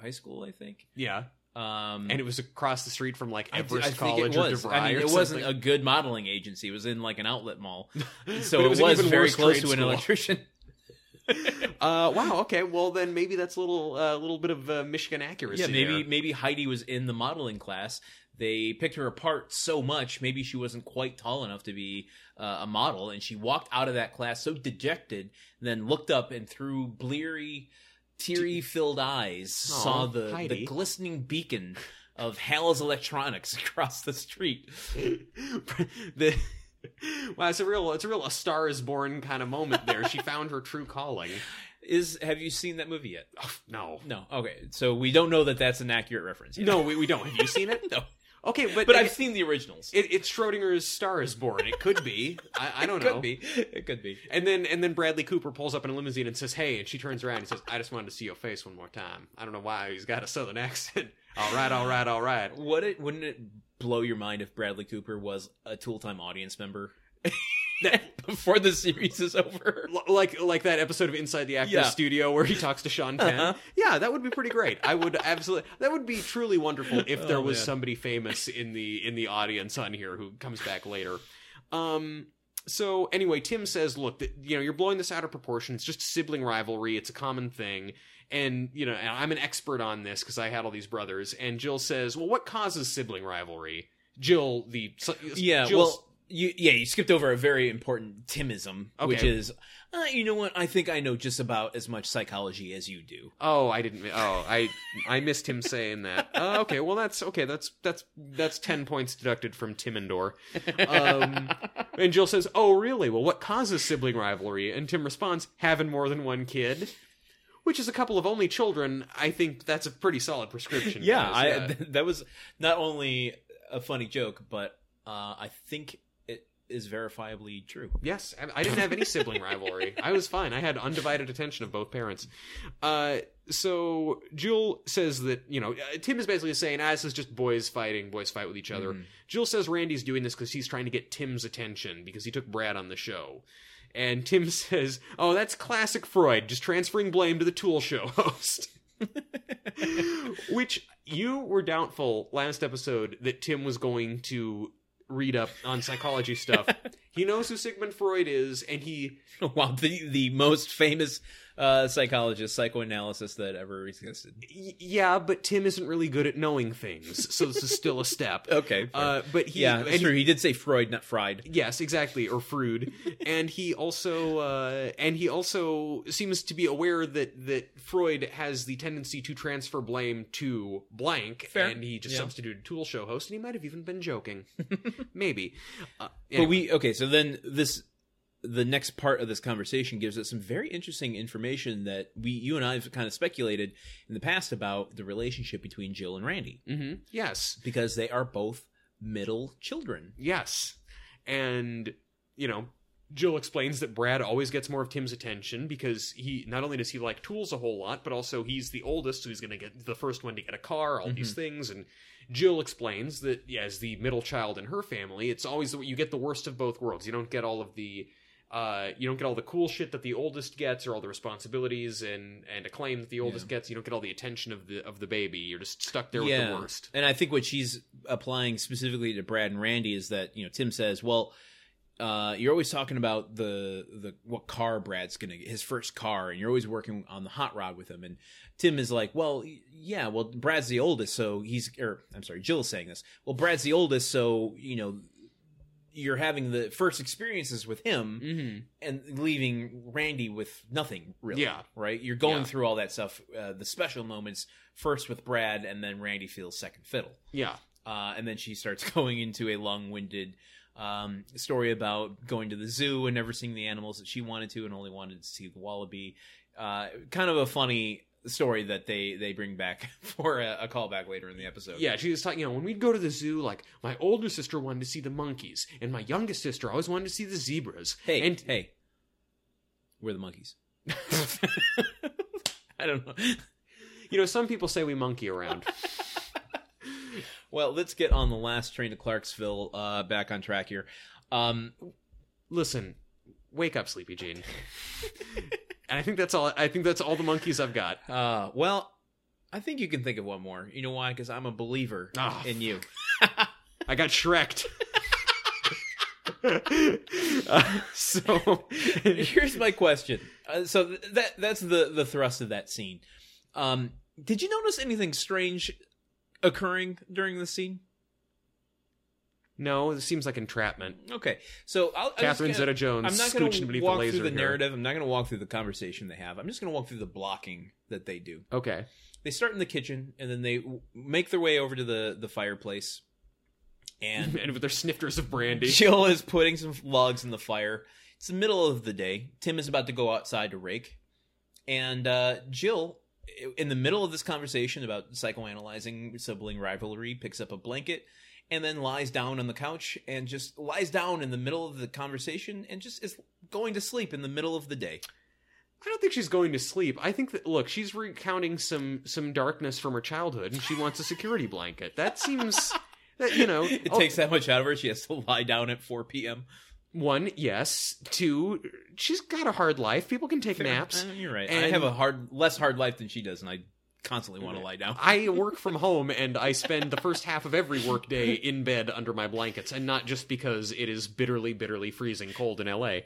high school, I think.
Yeah,
Um,
and it was across the street from like
I-
Everest
I think
College
it was.
or DeVry
I mean,
or
it
something.
wasn't a good modeling agency. It was in like an outlet
*laughs*
mall, so
But
it was,
an even
very
worse
close
trade
to an
school. *laughs*
electrician.
Uh, wow. Okay. Well, then maybe that's a little, uh, little bit of uh, Michigan accuracy.
yeah, maybe
there.
maybe Heidi was in the modeling class. They picked her apart so much, maybe she wasn't quite tall enough to be uh, a model, and she walked out of that class so dejected. Then looked up and through bleary, teary-filled eyes
Aw,
saw the
Heidi.
the glistening beacon of Hal's Electronics *laughs* across the street.
*laughs* the. Wow, it's a real, it's a real a star is born kind of moment there. *laughs* she found her true calling.
Is have you seen that movie yet?
Oh, no,
No. Okay, so we don't know that that's an accurate reference. yet.
*laughs* no, we, we don't. Have you seen it?
No.
Okay, but
but
I-
I've seen the originals.
it, it's Schrodinger's star is born. It could be. I, I don't
could
know.
be. *laughs* It could be.
And then and then Bradley Cooper pulls up in a limousine and says, "Hey," and she turns around and says, "I just wanted to see your face one more time." I don't know why he's got a southern accent. *laughs* all right, all right, all right.
What it wouldn't it blow your mind if Bradley Cooper was a Tool Time audience *laughs* member before the series is over?
*laughs* L- like like that episode of Inside the Actors
Yeah.
Studio where he talks to Sean Penn.
Uh-huh.
Yeah, that would be pretty great. I would absolutely. That would be truly wonderful if there
Oh,
was
man.
somebody famous in the in the audience on here who comes back later. Um. So anyway, Tim says, "Look, th- you know, you're blowing this out of proportion. It's just sibling rivalry. It's a common thing." And you know, and I'm an expert on this because I had all these brothers. And Jill says, "Well, what causes sibling rivalry?" Jill, the
Yeah,
Jill's-
well, you yeah you skipped over a very important Timism, which
Okay.
is uh, you know what I think I know just about as much psychology as you do.
Oh, I didn't. Oh, I I missed him saying that. Uh, okay, well that's okay. That's that's that's ten points deducted from Timindor. Um, and Jill says, "Oh, really? Well, what causes sibling rivalry?" And Tim responds, "Having more than one kid." Which is a couple of only children. I think that's a pretty solid prescription.
Yeah,
guys.
I, th- *laughs* that was not only a funny joke, but uh, I think it is verifiably true.
Yes, I, I didn't have any sibling rivalry. I was fine. I had undivided attention of both parents. Uh, so Jewel says that you know uh, Tim is basically saying, "Ah, this is just boys fighting. Boys fight with each other."
Mhm.
Jewel says Randy's doing this because he's trying to get Tim's attention because he took Brad on the show. And Tim *laughs* says, "Oh, that's classic Freud, just transferring blame to the Tool Show host." *laughs* Which you were doubtful last episode that Tim was going to read up on
*laughs*
psychology stuff. he knows who Sigmund Freud is, and he
Wow, the the most famous uh, psychologist psychoanalysis that ever existed.
y- yeah, but Tim isn't really good at knowing things, so this is still a step.
Okay, *laughs* fair.
Uh, but he,
yeah,
and
that's
he-
true. He did say Freud, not fried.
Yes, exactly,
*laughs*
or Frood. and he also uh, and he also seems to be aware that that Freud has the tendency to transfer blame to blank,
Fair.
and he just
Yeah.
substituted Tool Show host, and he might have even
*laughs*
been joking, maybe. Uh,
But we okay. So then this the next part of this conversation gives us some very interesting information that we you and I have kind of speculated in the past about the relationship between Jill and Randy
hmm yes,
because they are both middle children.
yes, and you know. Jill explains that Brad always gets more of Tim's attention because he not only does he like tools a whole lot, but also he's the oldest, so he's going to get the first one to get a car, all these things, and Jill explains that yeah, as the middle child in her family, it's always the, you get the worst of both worlds. You don't get all of the Uh, you don't get all the cool shit that the oldest gets, or all the responsibilities and and acclaim that the oldest gets. You don't get all the attention of the of the baby. You're just stuck there with
Yeah.
the worst.
And I think what she's applying specifically to Brad and Randy is that you know Tim says, "Well, uh, you're always talking about the the what car Brad's gonna his first car, and you're always working on the hot rod with him." And Tim is like, "Well, y- yeah, well Brad's the oldest, so he's or I'm sorry, Jill's saying this. Well, Brad's the oldest, so you know." You're having the first experiences with him,
Mm-hmm.
and leaving Randy with nothing really.
Yeah.
Right? You're going
Yeah.
through all that stuff, uh, the special moments first with Brad, and then Randy feels second fiddle.
Yeah.
Uh, and then she starts *laughs* going into a long winded um, story about going to the zoo and never seeing the animals that she wanted to and only wanted to see the wallaby. Uh, kind of a funny story that they, they bring back *laughs* for a, a callback later in the episode.
Yeah, she was talking, you know, when we'd go to the zoo, like, my older sister wanted to see the monkeys, and my youngest sister always wanted to see the zebras.
Hey,
And
hey, we're the monkeys. I don't know.
you know, some people say we monkey around.
*laughs* Well, let's get on the last train to Clarksville. Uh, back on track here. Um,
Listen, wake up, Sleepy Jean. and I think that's all I think that's all the monkeys I've got.
uh, well, I think you can think of one more. You know why? Because I'm a believer
Ah,
in you.
I got Shreked. Uh, *laughs*
*laughs*
so
Here's my question. Uh, so th- that that's the the thrust of that scene. Um, did you notice anything strange occurring during the scene?
No, this seems like entrapment.
Okay, so I'll, I'm just
Catherine
gonna-
Zeta Jones
I'm not going
scooching
to
beneath
walk
the laser
through the
here.
narrative. I'm not going to walk through the conversation they have. I'm just going to walk through the blocking that they do.
Okay.
they start in the kitchen and then they w- make their way over to the the fireplace
*laughs*
and
And with their snifters of brandy.
jill is putting some logs in the fire it's the middle of the day tim is about to go outside to rake and uh, jill i- in the middle of this conversation about psychoanalyzing sibling rivalry picks up a blanket and then lies down on the couch and just lies down in the middle of the conversation and just is going to sleep in the middle of the day
I don't think she's going to sleep. I think that look, she's recounting some some darkness from her childhood, and she wants a security blanket. That seems that you
*laughs*
know
it
oh,
takes that much out of her she has to lie down at 4 p.m
one yes, two. She's got a hard life. People can take
Fair.
naps.
Uh, you're right. I
And-
have a hard, less hard life than she does, and I constantly want to lie down.
I work from home and I spend the first half of every workday in bed under my blankets, and not just because it is bitterly, bitterly freezing cold in LA.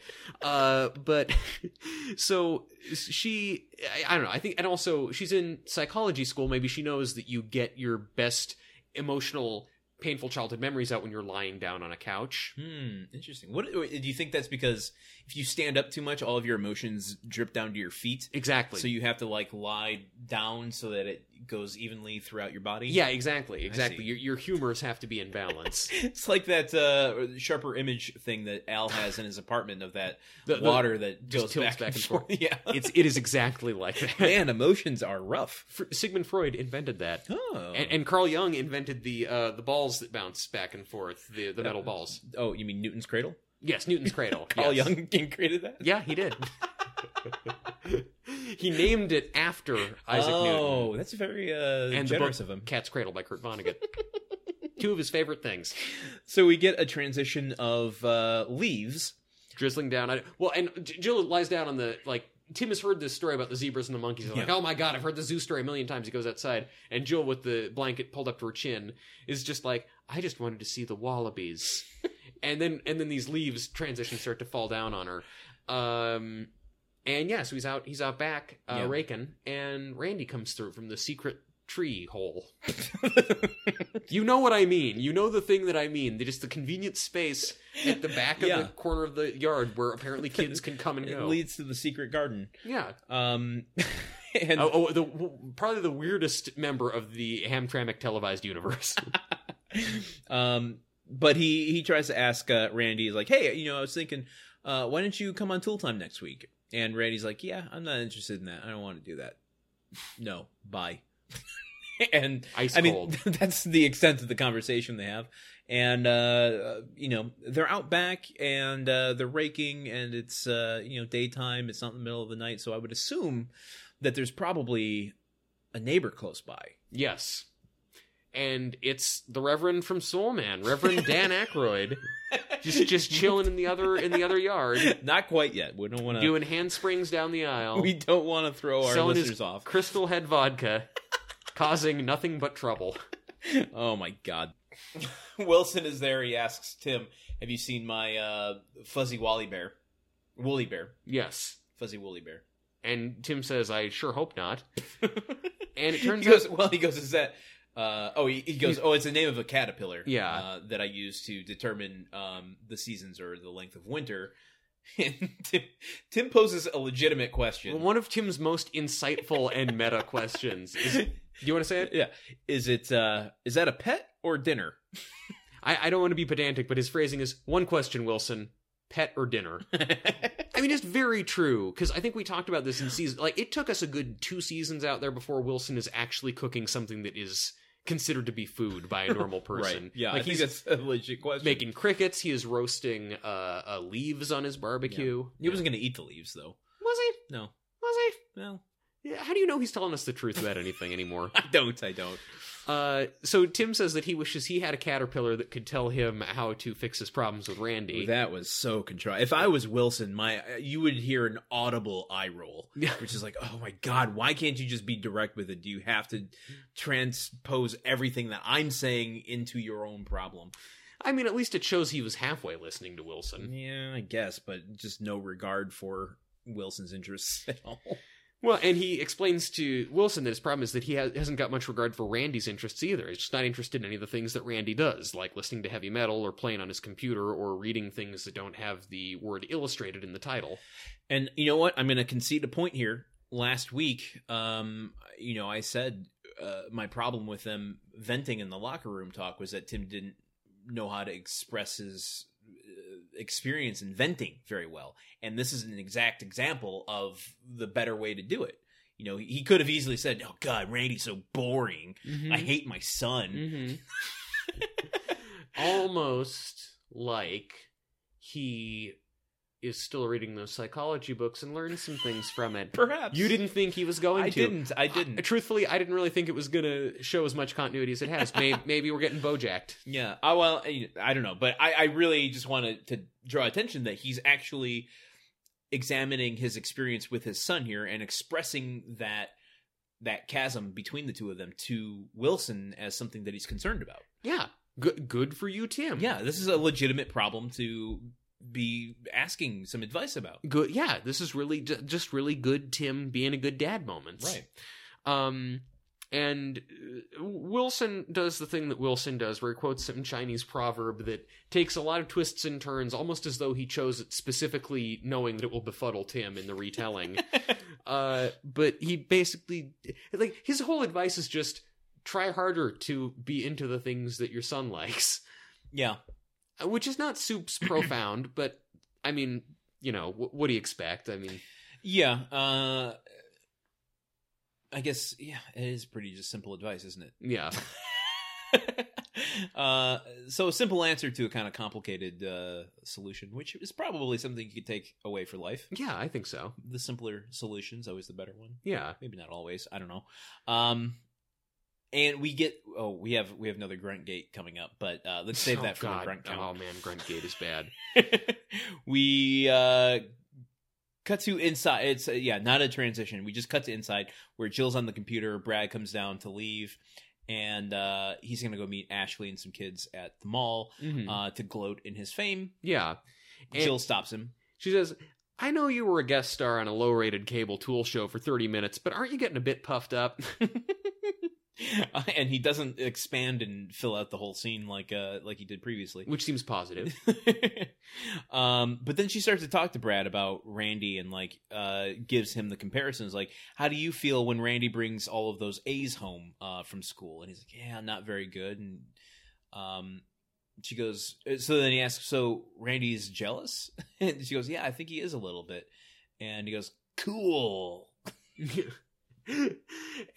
Uh, but *laughs* so she, I, I don't know. I think, and also she's in psychology school. Maybe she knows that you get your best emotional, painful childhood memories out when you're lying down on a couch.
Hmm, interesting. What do you think that's because if you stand up too much, all of your emotions drip down to your feet?
Exactly.
So you have to like lie down so that it goes evenly throughout your body.
yeah, exactly,
see.
exactly. Your, your humors have to be in balance.
*laughs* it's like that uh, sharper image thing that Al has in his apartment of that
The- the-
water that goes
just tilts
back, and, forth. *laughs*
*laughs*
Yeah,
it's it is exactly like
*laughs*
that.
man, emotions are rough.
Fr- Sigmund Freud invented that.
Oh,
And, and Carl Jung invented the uh, the balls that bounce back and forth, the, the metal balls.
oh, you mean Newton's cradle?
Yes, Newton's cradle.
*laughs* Carl
yes.
Jung created that.
Yeah, he did. *laughs* he named it after Isaac
oh,
Newton.
that's very uh,
And the
generous
book-
of him.
Cat's Cradle by Kurt Vonnegut. Two of his favorite things.
So we get a transition of uh, leaves.
Drizzling down. I, well, and J- Jill lies down on the, like, Tim has heard this story about the zebras and the monkeys. He's like,
Yeah.
oh my god, I've heard the zoo story a million times. He goes outside, and Jill, with the blanket pulled up to her chin, is just like, I just wanted to see
*laughs*
the wallabies. and then and then these leaves transition start to fall down on her. Um and yeah, so he's out he's out back uh
Yeah.
raking and Randy comes through from the secret tree hole.
*laughs*
you know what I mean. You know the thing that I mean. That Just the convenient space at the back of
Yeah.
the corner of the yard where apparently kids can
*laughs*
come and
It
go.
leads to the secret garden.
yeah.
Um, *laughs* and
Oh, oh, the probably the weirdest member of the Hamtramck televised universe.
um, but he he tries to ask uh, Randy. He's like, "Hey, you know, I was thinking, uh, why don't you come on Tool Time next week?" And Randy's like, "Yeah, I'm not interested in that. I don't want to do that. No, bye." *laughs* and *laughs*
Ice
I mean,
cold.
*laughs* that's the extent of the conversation they have. And, uh, uh, you know, they're out back and uh, they're raking and it's, uh, you know, daytime. It's not in the middle of the night. So I would *laughs* assume that there's probably a neighbor close by.
Yes. and it's the Reverend from Soul Man, Reverend
*laughs*
Dan Aykroyd, just just chilling in the other in the other yard,
Not quite yet. We don't want to.
doing handsprings down the aisle,
Uh. We don't want to throw our
Selling his-
listeners off. *laughs*
crystal head vodka, causing nothing but trouble.
Oh my god. *laughs* Wilson is there. He asks Tim, "Have you seen my uh, fuzzy Wally bear? Woolly bear?
Yes,
Fuzzy woolly bear?"
and Tim says, "I sure
*laughs*
hope not." And it
He
turns out,
goes, "Well, he goes, is that?" Uh, oh, he, he goes, "Oh, it's the name of a caterpillar."
Yeah.
uh, that I use to determine um, the seasons or the length of winter. *laughs* And Tim, Tim poses a legitimate question.
one of Tim's most insightful and meta questions is, *laughs* "Do you want to say it?"
yeah, is it uh, is that a pet or dinner? *laughs*
I, I don't want to be pedantic, but his phrasing is one question, Wilson pet or dinner? I mean, it's very true, because I think we talked about this in season. Like, it took us a good two seasons out there before Wilson is actually cooking something that is considered to be food by
*laughs*
a normal person.
Right. Yeah,
Like,
I think
he's
that's a legit question.
making crickets, he is roasting uh, uh, leaves on his barbecue.
he wasn't going to eat the leaves though.
Was he?
No.
Was he?
Well,
Yeah, how do you know he's telling us the truth about anything anymore?
*laughs* I don't. I don't.
Uh, so Tim says that he wishes he had a caterpillar that could tell him how to fix his problems with Randy.
That was so contrived. If I was Wilson, my uh, you would hear an audible eye roll,
Yeah.
which is like, oh my god, why can't you just be direct with it? Do you have to transpose everything that I'm saying into your own problem?
I mean, at least it shows he was halfway listening to Wilson.
Yeah, I guess, but just no regard for Wilson's interests *laughs* at all.
Well, and he explains to Wilson that his problem is that he has, hasn't got much regard for Randy's interests either. He's just not interested in any of the things that Randy does, like listening to heavy metal or playing on his computer or reading things that don't have the word illustrated in the title.
And you know what? I'm going to concede a point here. Last week, um, you know, I said uh, my problem with them venting in the locker room talk was that Tim didn't know how to express his uh, experience in venting very well. And this is an exact example of the better way to do it. You know, he could have easily said, "Oh God, Randy's so boring. I hate my son."
hmm
Mm-hmm. *laughs*
Almost like he is still reading those psychology books and learned some things from it.
Perhaps *laughs*
You didn't think he was going
I
to.
didn't. I
I-
didn't.
truthfully, I didn't really think it was going to show as much continuity as it has. Maybe, *laughs* maybe we're getting bojacked.
Yeah. I, well, I- I don't know, but I, I really just wanted to draw attention that he's actually examining his experience with his son here and expressing that that chasm between the two of them to Wilson as something that he's concerned about.
Yeah. Good, good for you, Tim.
Yeah, this is a legitimate problem to be asking some advice about.
Good. Yeah. This is really ju- just really good, Tim, being a good dad moments. Um, and uh, Wilson does the thing that Wilson does, where he quotes some Chinese proverb that takes a lot of twists and turns, almost as though he chose it specifically knowing that it will befuddle Tim in the retelling. uh, but he basically, like, his whole advice is just try harder to be into the things that your son likes, uh,
Yeah.
which is not soup's profound, but I mean, you know, wh- what do you expect? I mean,
Yeah. Uh I guess yeah, it is pretty just simple advice, isn't it?
yeah.
*laughs* uh, so a simple answer to a kind of complicated uh, solution, which is probably something you could take away for life.
Yeah, I think so.
The simpler solution's always the better one.
Yeah.
Maybe not always. I don't know. Um, and we get oh we have we have another grunt gate coming up, but uh, let's save
*laughs* Oh,
that for
God.
the grunt
Oh
count.
man, grunt gate is bad.
*laughs* we uh, cut to inside. It's uh, yeah, not a transition. We just cut to inside where Jill's on the computer. Brad comes down to leave, and uh, he's gonna go meet Ashley and some kids at the mall
Uh,
uh, to gloat in his fame.
yeah, And-
Jill stops him. *laughs*
she says, "I know you were a guest star on a low-rated cable tool show for 30 minutes, but aren't you getting a bit puffed up?" *laughs*
Uh, and he doesn't expand and fill out the whole scene like uh like he did previously.
Which
*laughs*
seems positive. *laughs*
um, but then she starts to talk to Brad about Randy and like uh, gives him the comparisons. Like, how do you feel when Randy brings all of those A's home uh, from school? And he's like, yeah, not very good. And um, she goes, uh, so then he asks, so Randy's jealous? *laughs* and she goes, yeah, I think he is a little bit. And he goes, cool. *laughs*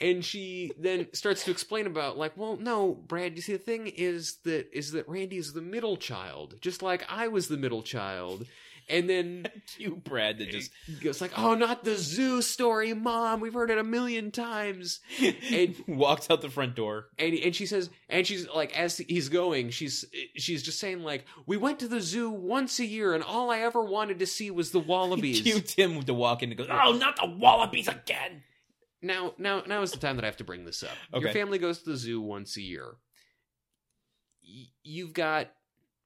and she then starts to explain about like, "Well, no, Brad, you see the thing is that is that Randy is the middle child, just like I was the middle child." And then
you, Brad, that *laughs* just
it's like, oh, not the zoo story, mom. We've heard it a million times.
*laughs* and walks out the front door.
and and she says and she's like as he's going she's she's just saying like we went to the zoo once a year and all i ever wanted to see was
*laughs*
the wallabies
Cue Tim to walk in and go, "Oh, not the wallabies again."
now now now is the time that i have to bring this up your
Okay.
family goes to the zoo once a year Y- you've got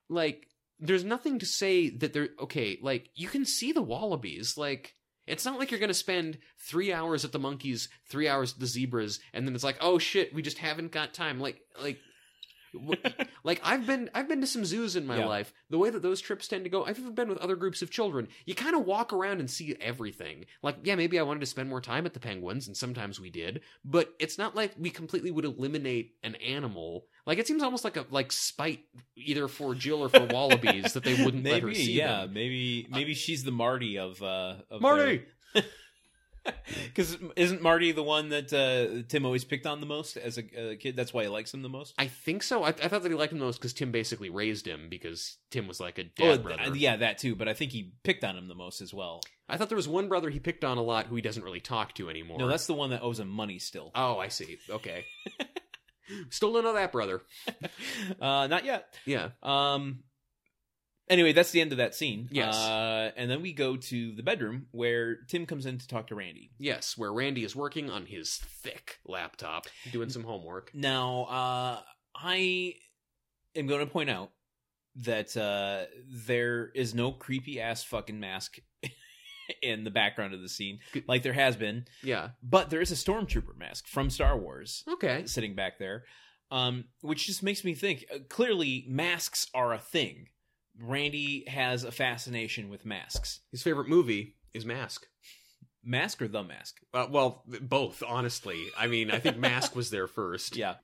like there's nothing to say that they're okay like you can see the wallabies like it's not like you're going to spend three hours at the monkeys, three hours at the zebras, and then it's like, oh shit, we just haven't got time. Like, like, w- like I've been, I've been to some zoos in my
Yeah.
life. The way that those trips tend to go, I've even been with other groups of children. You kind of walk around and see everything. Like, yeah, maybe I wanted to spend more time at the penguins, and sometimes we did, but it's not like we completely would eliminate an animal. Like, it seems almost like a like spite either for Jill or for wallabies that they wouldn't
maybe,
let her see
yeah,
them.
maybe maybe she's the Marty of uh of
Marty,
*laughs* Because isn't Marty the one that uh, Tim always picked on the most as a, a kid? That's why he likes him the most.
I think so. I, I thought that he liked him the most because Tim basically raised him because Tim was like a
Oh,
dad
th-
brother.
yeah, that too. But I think he picked on him the most as well.
I thought there was one brother he picked on a lot who he doesn't really talk to anymore.
No, that's the one that owes him money still.
oh, I see. Okay, still don't know that brother.
*laughs* Uh, not yet.
Yeah,
Um. Anyway, that's the end of that scene.
Yes.
Uh, and then we go to the bedroom where Tim comes in to talk to Randy.
yes, where Randy is working on his thick laptop, doing some homework.
Now, uh, I am going to point out that uh, there is no creepy ass fucking mask *laughs* in the background of the scene,
Good.
like there has been.
Yeah.
But there is a stormtrooper mask from Star Wars
Okay.
sitting back there, um, which just makes me think. Uh, clearly, masks are a thing. Randy has a fascination with masks.
His favorite movie is Mask.
Mask or the mask?
Uh, well, both, honestly. I mean, I think Mask was there first.
Yeah.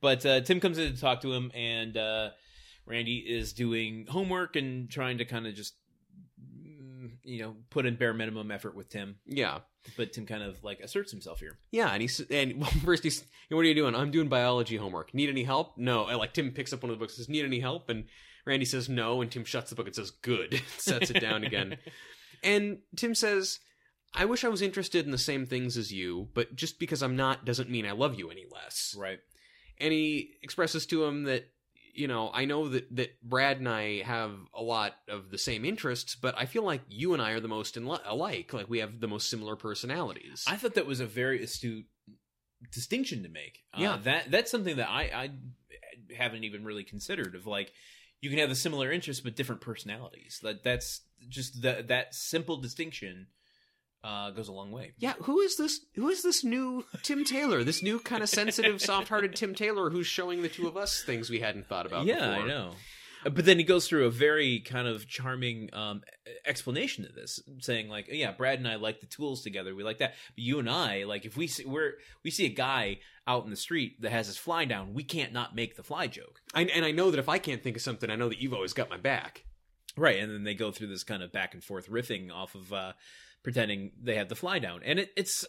But uh, Tim comes in to talk to him, and uh, Randy is doing homework and trying to kind of just, mm, you know, put in bare minimum effort with Tim.
Yeah.
But Tim kind of like asserts himself here.
Yeah, and he's and *laughs* well, first he's "Hey, what are you doing? I'm doing biology homework. Need any help? No. And like Tim picks up one of the books, and says, "Need any help?" And Randy says no, and Tim shuts the book and says, "Good." *laughs* Sets it down again, and Tim says, "I wish I was interested in the same things as you, but just because I'm not doesn't mean I love you any less."
*laughs* Right.
and he expresses to him that you know i know that that brad and i have a lot of the same interests but i feel like you and i are the most in- alike like we have the most similar personalities
I thought that was a very astute distinction to make. Uh,
Yeah.
That that's something that I, I haven't even really considered of like you can have the similar interests but different personalities. That that's just that that simple distinction uh, goes a long way.
Yeah, who is this? Who is this new Tim Taylor? This new kind of sensitive, soft-hearted Tim Taylor who's showing the two of us things we hadn't thought about.
yeah,
before.
I know. Uh, But then he goes through a very kind of charming um, e- explanation of this, saying like, "Yeah, Brad and I like the tools together. We like that. But you and I, like, if we see we're we see a guy out in the street that has his fly down, we can't not make the fly joke,
I, and I know that if I can't think of something, I know that you've always got my back.
right?" And then they go through this kind of back and forth riffing off of uh, pretending they have the fly down, and it, it's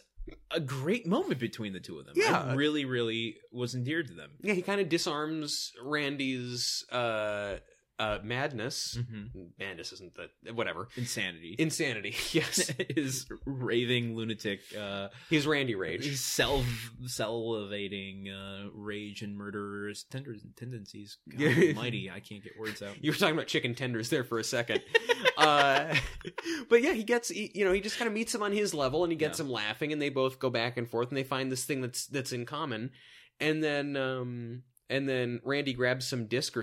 a great moment between the two of them.
Yeah.
I really, really was endeared to them.
Yeah, he kind of disarms Randy's uh, uh, madness.
hmm
Madness isn't that whatever
Insanity *laughs*
insanity. *laughs* Yes,
is raving lunatic. Uh,
he's Randy
*laughs*
rage.
self salivating uh, rage and murderers tender- tendencies. God
Yeah.
almighty, I can't get words out.
You were talking about chicken tenders there for a second. uh, but yeah, he gets he, you know he just kind of meets him on his level, and he gets
Yeah.
him laughing, and they both go back and forth, and they find this thing that's that's in common, and then um and then Randy grabs some disc or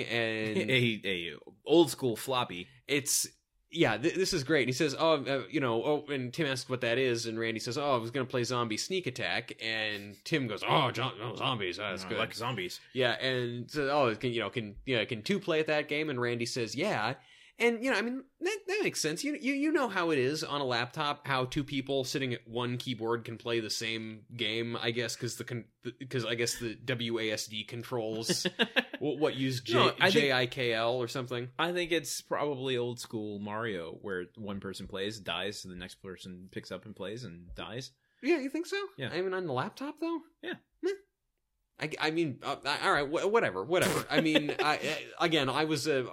*laughs*
and
a, a old school floppy.
it's yeah th- this is great and he says oh uh, you know oh and tim asks what that is and randy says oh i was gonna play zombie sneak attack and tim goes oh John, oh, zombies oh, that's
I
good
Uh, Like zombies.
yeah, and so oh, can you know can you know can two play at that game? And Randy says yeah, and you know I mean that that makes sense. You you you know how it is on a laptop how two people sitting at one keyboard can play the same game. I guess because the because I guess the WASD
*laughs*
controls what, what use J,
No, I think-
JIKL or something.
I think it's probably old school Mario, where one person plays, dies, and the next person picks up and plays and dies.
Yeah, you think so?
Yeah.
I mean on the laptop though.
Yeah.
Meh.
*laughs*
I, I mean, uh, all right, wh- whatever, whatever. I mean, I, I- again, I was a,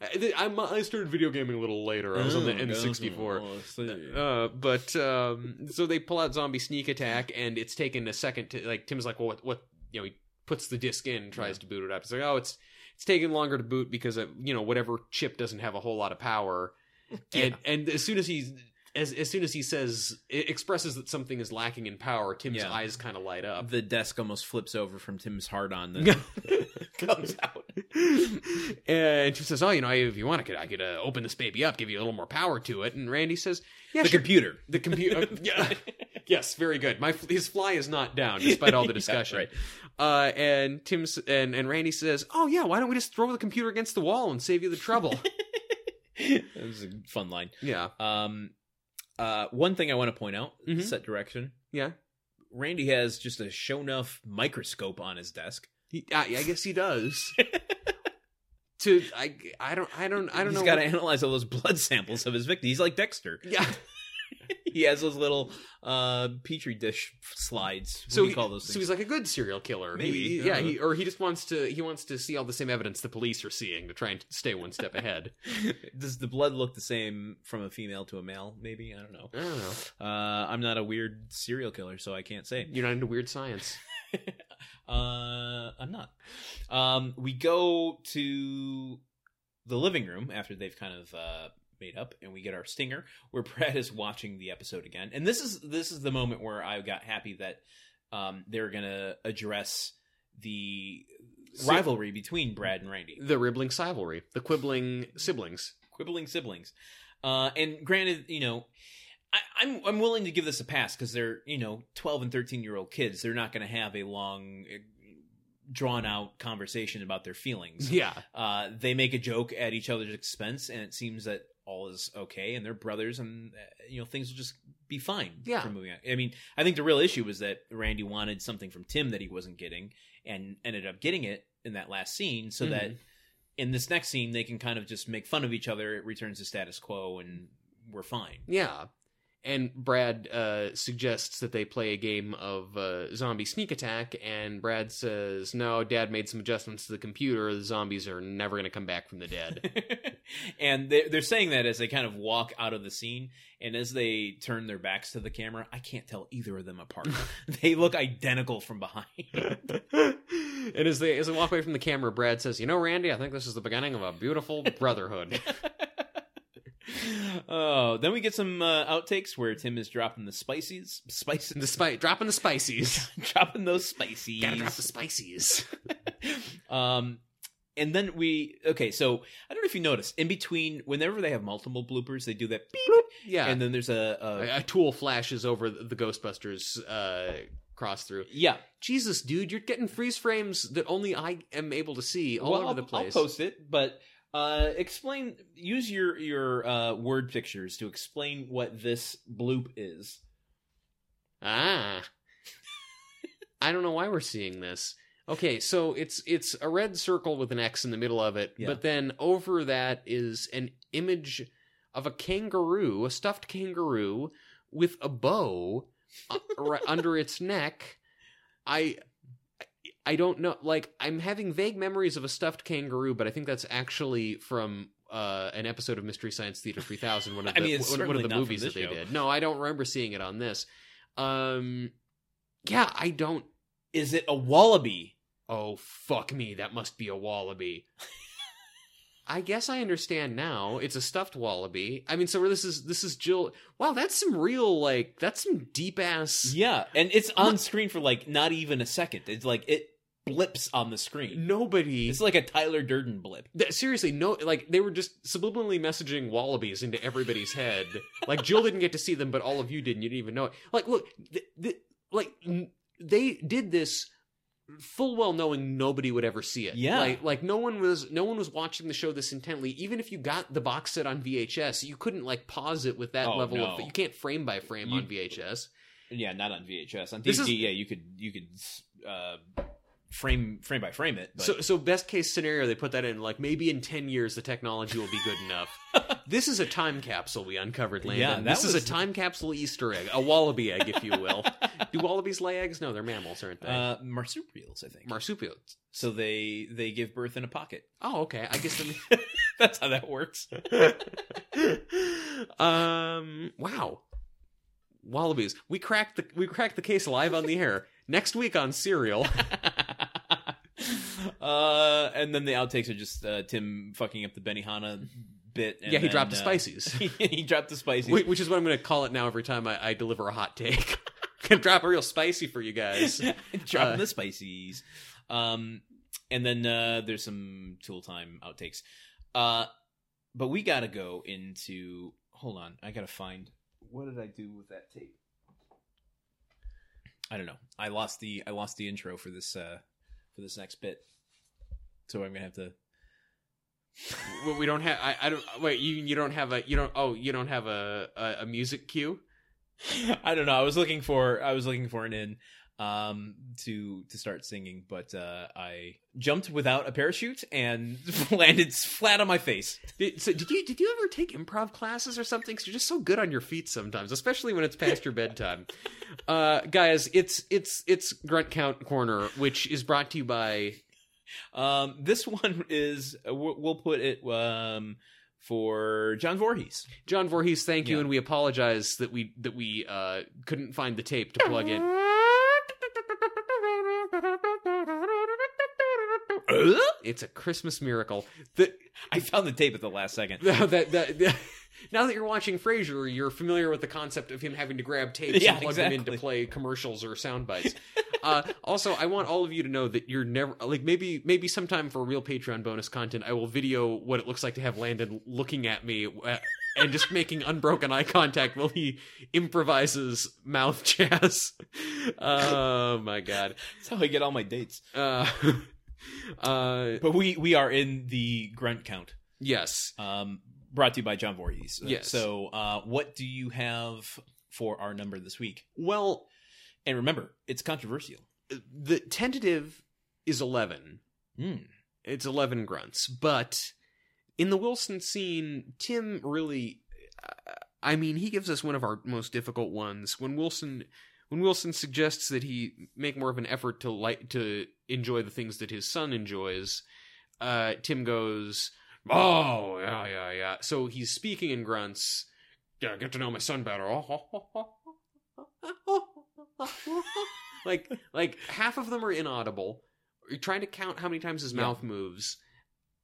I, I'm- I started video gaming a little later. I was on the N64. Uh, but um, so they pull out Zombie Sneak Attack, and it's taken a second to like Tim's like, well, what, what? You know, he puts the disc in, tries to boot it up. It's like, oh, it's it's taking longer to boot because uh, you know whatever chip doesn't have a whole lot
*laughs*
of power. And and as soon as he as as soon as he says it expresses that something is lacking in power, Tim's
Yeah.
eyes kind of light
*laughs*
up.
the desk almost flips over from Tim's hard on
*laughs*
that comes out.
and Tim says, "Oh, you know, if you want, I could, I could uh, open this baby up, give you a little more power to it." And Randy says, "Yeah,
The
sure."
computer.
The computer. yeah. Yes, very good. My his fly is not down despite all the
Yeah,
discussion.
right.
uh, and Tim s- and and Randy says, "Oh yeah, why don't we just throw the computer against the wall and save you the trouble?"
that was a fun line.
yeah,
Um, uh, one thing I want to point out:
Mhm.
set direction.
Yeah.
Randy has just a show enough microscope on his desk.
he, I, I guess he does. to I I don't I don't I don't know.
He's got to
what-
analyze all those blood *laughs* samples of his victim. He's like Dexter.
yeah.
He has those little uh, petri dish slides. What
So
do you
he,
call those
so
things?
he's like a good serial killer. He-
Maybe,
he- yeah.
I don't
He, or he just wants to he wants to see all the same evidence the police are seeing to try and stay one step ahead.
*laughs* Does the blood look the same from a female to a male? Maybe I don't know.
I don't know.
Uh, I'm not a weird serial killer, so I can't say.
You're not into weird science.
Uh, I'm not. Um, we go to the living room after they've kind of uh, made up, and we get our stinger where *laughs* Brad is watching the episode again. And this is this is the moment where I got happy that um, they're gonna address the
So-
rivalry between Brad and Randy,
The ribbling rivalry, the quibbling siblings.
quibbling siblings. Uh, and granted, you know. I, I'm I'm willing to give this a pass because they're you know 12 and 13 year old kids. They're not going to have a long, drawn out conversation about their feelings.
Yeah.
Uh, they make a joke at each other's expense, and it seems that all is okay, and they're brothers, and uh, you know things will just be fine.
Yeah.
from moving on. I mean, I think the real issue was that Randy wanted something from Tim that he wasn't getting, and ended up getting it in that last scene, so that in this next scene they can kind of just make fun of each other. It returns to status quo, and we're fine.
Yeah. And Brad uh, suggests that they play a game of uh, zombie sneak attack, and Brad says, No, dad made some adjustments to the computer. The zombies are never going to come back from
*laughs*
the dead.
and they're, they're saying that as they kind of walk out of the scene and as they turn their backs to the camera i can't tell either of them
*laughs*
apart they look identical from behind *laughs*
and as they, as they walk away from the camera, Brad says, You know, Randy, I think this is the beginning of a beautiful brotherhood.
oh then we get some uh, outtakes where tim is dropping the spices spices *laughs*
the spi- dropping the spices.
dropping those spices
Gotta drop the spices.
um and then we okay so i don't know if you noticed in between whenever they have multiple bloopers they do that beep
Yeah.
and then there's a, a
a, a tool flashes over the, the Ghostbusters uh, cross through.
yeah
Jesus, dude, you're getting freeze frames that only I am able to see all
Well,
over
I'll-
the place.
I'll post it, but uh, explain. Use your your uh, word pictures to explain what this bloop is.
Ah. I don't know why we're seeing this. Okay, so it's it's a red circle with an X in the middle of it,
Yeah.
but then over that is an image of a kangaroo, a stuffed kangaroo with a bow uh, ri- *laughs* under its neck. I I don't know. Like I'm having vague memories of a stuffed kangaroo, but I think that's actually from uh, an episode of Mystery Science Theater 3000, one of
*laughs* I
the
mean, it's
one- one,
certainly
of
not from
the movies that
this
they
show.
did. No, I don't remember seeing it on this. Um, yeah, I don't.
Is it a wallaby?
Oh fuck me, that must be a wallaby. I guess I understand now. It's a stuffed wallaby. I mean, so this is this is Jill. Wow, that's some real like that's some deep ass.
Yeah, and it's on screen for like not even a second. It's like it blips on the screen.
Nobody.
It's like a Tyler Durden blip.
That, seriously, no, like they were just subliminally messaging wallabies into everybody's head. Like Jill didn't get to see them, but all of you didn't. You didn't even know it. Like, look, th- th- like n- they did this full well knowing nobody would ever see it.
Yeah.
like, like no one was no one was watching the show this intently. Even if you got the box set on VHS, you couldn't like pause it with that
Oh,
level of
no.
you can't frame by frame
You-
on VHS.
Yeah, not on VHS. On DVD,
This is-
yeah, you could you could uh, frame frame by frame it. But
So, so best case scenario, they put that in like maybe in ten years the technology will be good enough.
*laughs*
this is a time capsule we uncovered, Landon.
Yeah, that
this is
was-
a time capsule Easter egg, a wallaby egg, if you
*laughs*
will. Do wallabies lay eggs? No, they're mammals, aren't they?
uh, marsupials, I think.
Marsupials.
so they they give birth in a pocket. *laughs*
Oh, okay. I guess. That
That's how that works.
um. Wow. Wallabies. We cracked the we cracked the case live on the air. Next week
*laughs*
on Serial.
uh, and then the outtakes are just uh, Tim fucking up the Benihana bit. And
yeah, he
then,
dropped the
uh, *laughs*
spices.
he, dropped the spicy. *laughs*
Wh- Which is what I'm going to call it now every time I, I deliver a hot take. *laughs* Gonna drop a real spicy for you guys.
dropping
Uh,
the spices. Um, and then uh, there's some tool time outtakes. Uh, but we gotta go into. Hold on, I gotta find. What did I do with that tape? I don't know. I lost the I lost the intro for this uh for this next bit, so I'm gonna have to.
We- We don't have. I, I don't. Wait, you you don't have a you don't. Oh, you don't have a a, a music cue.
I don't know. I was looking for I was looking for an in um to to start singing, but uh I jumped without a parachute and *laughs* landed flat on my face.
Did, so did you did you ever take improv classes or something? Because you're just so good on your feet sometimes, especially when it's past your bedtime. Uh, guys, it's it's it's Grunt Count Corner, which is brought to you by
Um, this one is we'll we'll put it um for John Voorhees.
John Voorhees. Thank you,
Yeah.
and we apologize that we that we uh, couldn't find the tape to plug in. Uh? It's a Christmas miracle. The,
I found the tape at the last
*laughs*
second.
that, that, that- now that you're watching Frasier, you're familiar with the concept of him having to grab tapes
Yeah,
and plug them in
exactly.
to play commercials or sound bites. uh, *laughs* also, I want all of you to know that you're never like maybe maybe sometime for real Patreon bonus content, I will video what it looks like to have Landon looking at me. Uh, and just making unbroken eye contact while he improvises mouth jazz. *laughs* oh my god!
That's how I get all my dates.
Uh, *laughs* uh,
But we we are in the grunt count.
yes,
Um, brought to you by John Voorhees.
Yes.
So, uh, what do you have for our number this week?
well,
And remember, it's controversial.
the tentative is eleven.
Mm.
it's 11 grunts but in the wilson scene tim really uh, i mean he gives us one of our most difficult ones when wilson when wilson suggests that he make more of an effort to like to enjoy the things that his son enjoys uh tim goes oh yeah yeah yeah so he's speaking in grunts yeah get to know my son better *laughs* like like half of them are inaudible you're trying to count how many times his
Yeah.
mouth moves.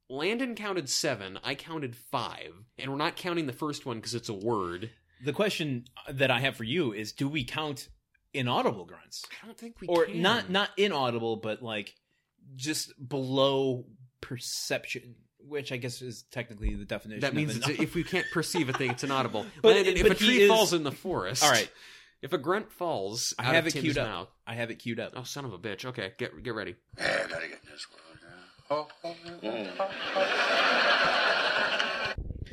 Landon counted seven. I counted five, and we're not counting the first one because it's a word.
The question that I have for you is: Do we count inaudible grunts,
I don't think we
or
can.
not not inaudible, but like just below perception? Which I guess is technically the definition.
That
of
means
*laughs*
it's,
inaudible.
if we can't perceive a thing, it's inaudible.
*laughs* But-
Landon, if
but
a
he
tree
is-
falls in the forest,
All right,
If a grunt falls
I
out
have
of
it
Tim's
queued up.
mouth,
I have it queued up.
oh son of a bitch! Okay, get get ready.
Yeah, I gotta get this one. Oh, oh,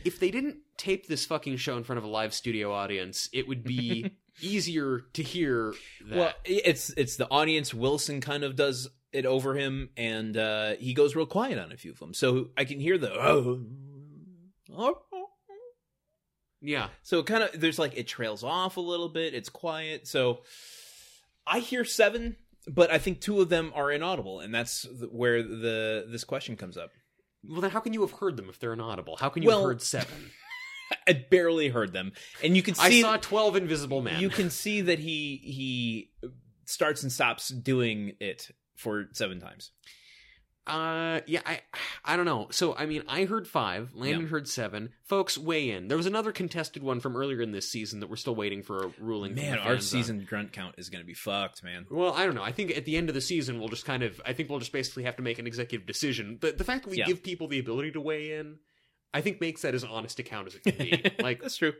If they didn't tape this fucking show in front of a live studio audience, it would be
*laughs*
easier to hear. That.
Well, i- it's it's the audience. Wilson kind of does it over him, and uh, he goes real quiet on a few of them. So I can hear the. *laughs* "Oh,
yeah,
So it kind of there's like it trails off a little bit. It's quiet. So I hear seven, but I think two of them are inaudible, and that's th- where the this question comes up.
Well, then how can you have heard them if they're inaudible? How can you
Well,
have heard
*laughs*
seven?
I barely heard them, and you can
I
see
saw twelve Invisible Men.
you can see that he he starts and stops doing it for seven times.
uh, yeah, I, *sighs* I don't know. So I mean, I heard five. Landon
Yeah.
heard seven. Folks, weigh in. There was another contested one from earlier in this season that we're still waiting for a ruling. from
Man,
the
our
fans uh, on.
season grunt count is going to be fucked, man.
Well, I don't know. I think at the end of the season, we'll just kind of. I think we'll just basically have to make an executive decision. The the fact that we
Yeah.
give
*laughs*
people the ability to weigh in, I think makes that as honest a count as it can be. like
That's true.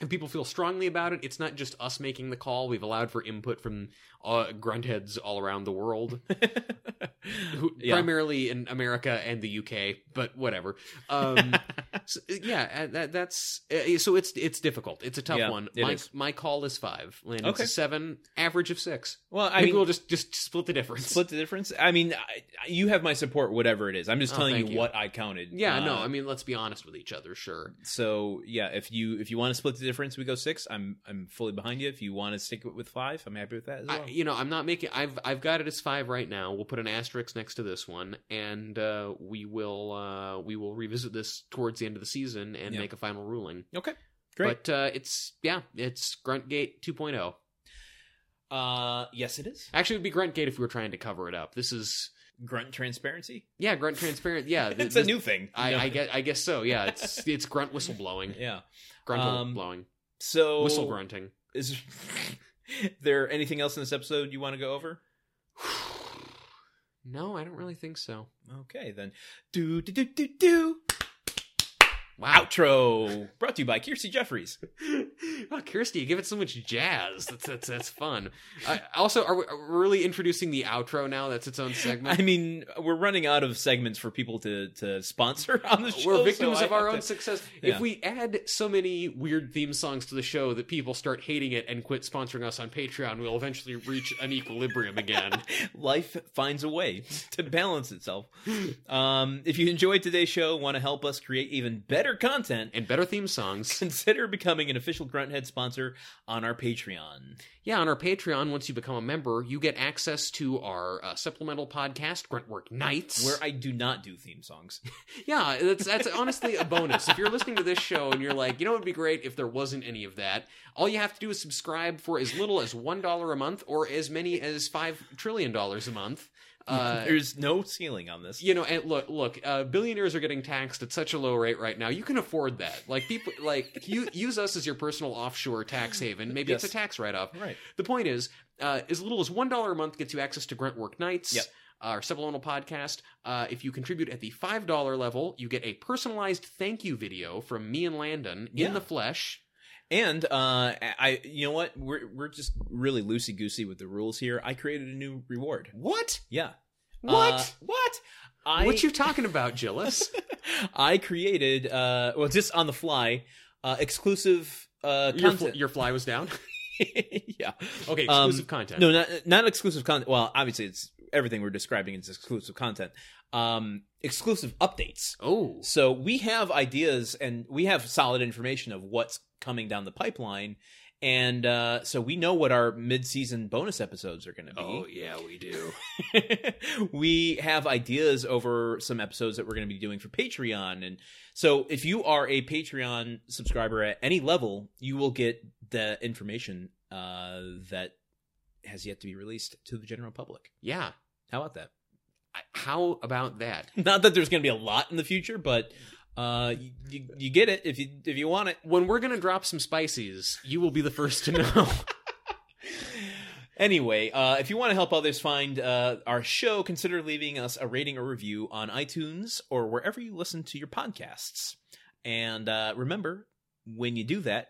and people feel strongly about it. It's not just us making the call. We've allowed for input from uh, grunt heads all around the world, who,
Yeah.
primarily in America and the UK, but whatever.
*laughs*
Um, so, yeah, uh, that, that's uh, so it's it's difficult. It's a tough
Yeah,
one.
it
my
is.
my call is five. Landon's
Okay.
is seven. Average of six.
well,
I
I
Maybe
mean,
we'll just just split the difference.
split the difference. I mean, I, you have my support, whatever it is. I'm just
Oh,
telling
thank
you,
you.
what I counted.
*laughs* yeah,
Uh,
no. I mean, let's be honest with each other. Sure.
so yeah, if you if you want to split the difference, we go six. I'm I'm fully behind you. If you want to stick it with five, I'm happy with that as well.
I, you know, I'm not making. I've I've got it as five right now. We'll put an asterisk next to this one, and uh, we will uh, we will revisit this towards the end of the season and
Yeah.
make a final ruling.
okay, great.
But uh, it's yeah, it's Gruntgate 2.0.
uh, yes, it is
Actually, it'd be Gruntgate if we were trying to cover it up. This is
grunt transparency.
yeah, Grunt transparent. Yeah,
*laughs*
th-
it's a
Uh, this-
new thing.
I,
No.
I guess I guess so. Yeah, it's it's grunt whistleblowing,
*laughs* yeah.
grunt
Um, oh.
blowing,
So
whistle grunting. *sighs*
Is *laughs* there anything else in this episode you want to go over?
No, I don't really think so.
Okay, then. Do do do do do.
Wow. *laughs*
Outro brought to you by Kiersey Jeffries.
oh, Kirsty, you give it so much jazz. That's that's, that's fun. Uh, also, are we, are we really introducing the outro now? That's its own segment.
I mean, we're running out of segments for people to to sponsor *laughs* on the show.
We're victims
so I
of our
have
own
to-
success.
Yeah.
If we add so many weird theme songs to the show that people start hating it and quit sponsoring us on Patreon, we'll eventually reach an equilibrium
*laughs*
again.
Life finds a way *laughs* to balance itself. Um, if you enjoyed today's show, want to help us create even better content, *laughs*
and better theme songs.
consider becoming an official Grunthead sponsor on our Patreon.
Yeah, on our Patreon, once you become a member, you get access to our uh, supplemental podcast, Gruntwork Nights.
Where I do not do theme songs. *laughs*
Yeah, that's that's honestly a bonus. If you're listening to this show and you're like, you know, it'd be great if there wasn't any of that. All you have to do is subscribe for as little as one dollar a month, or as many as five trillion dollars
*laughs*
a month. Uh,
There's no ceiling on this.
you know, and look, look, uh, billionaires are getting taxed at such a low rate right now. You can afford that. Like people, like *laughs* you use us as your personal offshore tax haven. Maybe
Yes.
it's a tax write-off.
Right.
The point is, uh, as little as one dollar a month gets you access to Grunt Work Nights. uh,
Yep.
Our supplemental podcast. Uh, if you contribute at the five dollar level, you get a personalized thank you video from me and Landon
Yeah.
in the flesh.
And uh, I, you know what? We're we're just really loosey goosey with the rules here. I created a new reward.
What?
Yeah.
What?
Uh, what? I
what you talking about, Gillis?
*laughs* I created uh, well, just on the fly, uh, exclusive uh
your, fl-
content.
your fly was down. *laughs*
*laughs* yeah.
Okay,
Um,
exclusive content.
No, not not exclusive content. Well, obviously, it's everything we're describing is exclusive content. Um, exclusive updates.
Oh,
So we have ideas and we have solid information of what's coming down the pipeline. And uh, so we know what our mid-season bonus episodes are going to
oh
be.
yeah, we do.
*laughs* we have ideas over some episodes that we're going to be doing for Patreon. And so if you are a Patreon subscriber at any level, you will get the information uh, that has yet to be released to the general public.
Yeah.
How about that? *laughs*
I- How about that?
Not that there's going to be a lot in the future, but uh, you, you, you get it if you if you want it.
When we're gonna drop some spices, you will be the first to know. *laughs*
Anyway, uh, if you want to help others find uh, our show, consider leaving us a rating or review on iTunes or wherever you listen to your podcasts. And uh, remember, when you do that,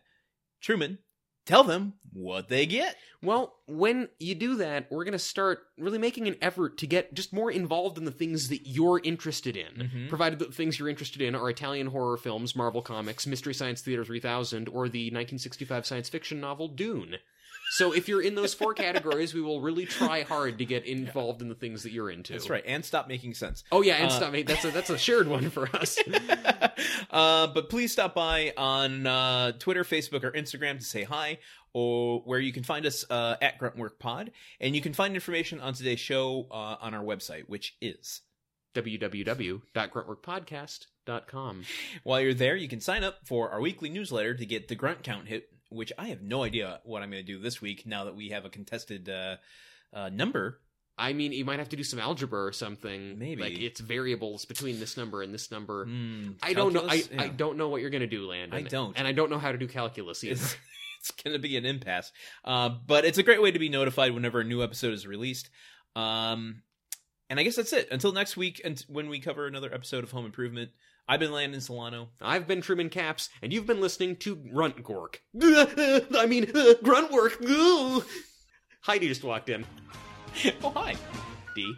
Truman, tell them what they get.
Well, when you do that, we're going to start really making an effort to get just more involved in the things that you're interested in.
Mhm.
Provided the things you're interested in are Italian horror films, Marvel Comics, Mystery Science Theater 3000, or the 1965 science fiction novel Dune. So if you're in those four categories, we will really try hard to get involved in the things that you're into.
That's right, and stop making
*laughs*
sense. *laughs*
Oh yeah, and
Uh,
stop me. That's a that's a shared one
*laughs*
for us.
uh, but please stop by on uh, Twitter, Facebook, or Instagram to say hi, or where you can find us uh, at Gruntwork Pod. And you can find information on today's show uh, on our website, which is
www.gruntworkpodcast.com.
While you're there, you can sign up for our weekly newsletter to get the grunt count hit, which I have no idea what I'm going to do this week now that we have a contested uh, uh, number.
I mean, you might have to do some algebra or something.
Maybe.
like it's variables between this number and this number.
Mm,
I don't know. I,
calculus? Yeah.
I don't know what you're gonna do, Landon.
I don't.
and I don't know how to do calculus either.
*laughs* It's, it's going to be an impasse. Uh, but it's a great way to be notified whenever a new episode is released. Um, and I guess that's it. Until next week, and when we cover another episode of Home Improvement, I've been Landon Solano. *laughs*
I've been Truman Caps, and you've been listening to Grunt Gork. *laughs* I mean, *laughs* uh, Grunt Work. Heidi just walked in.
oh, hi.
D.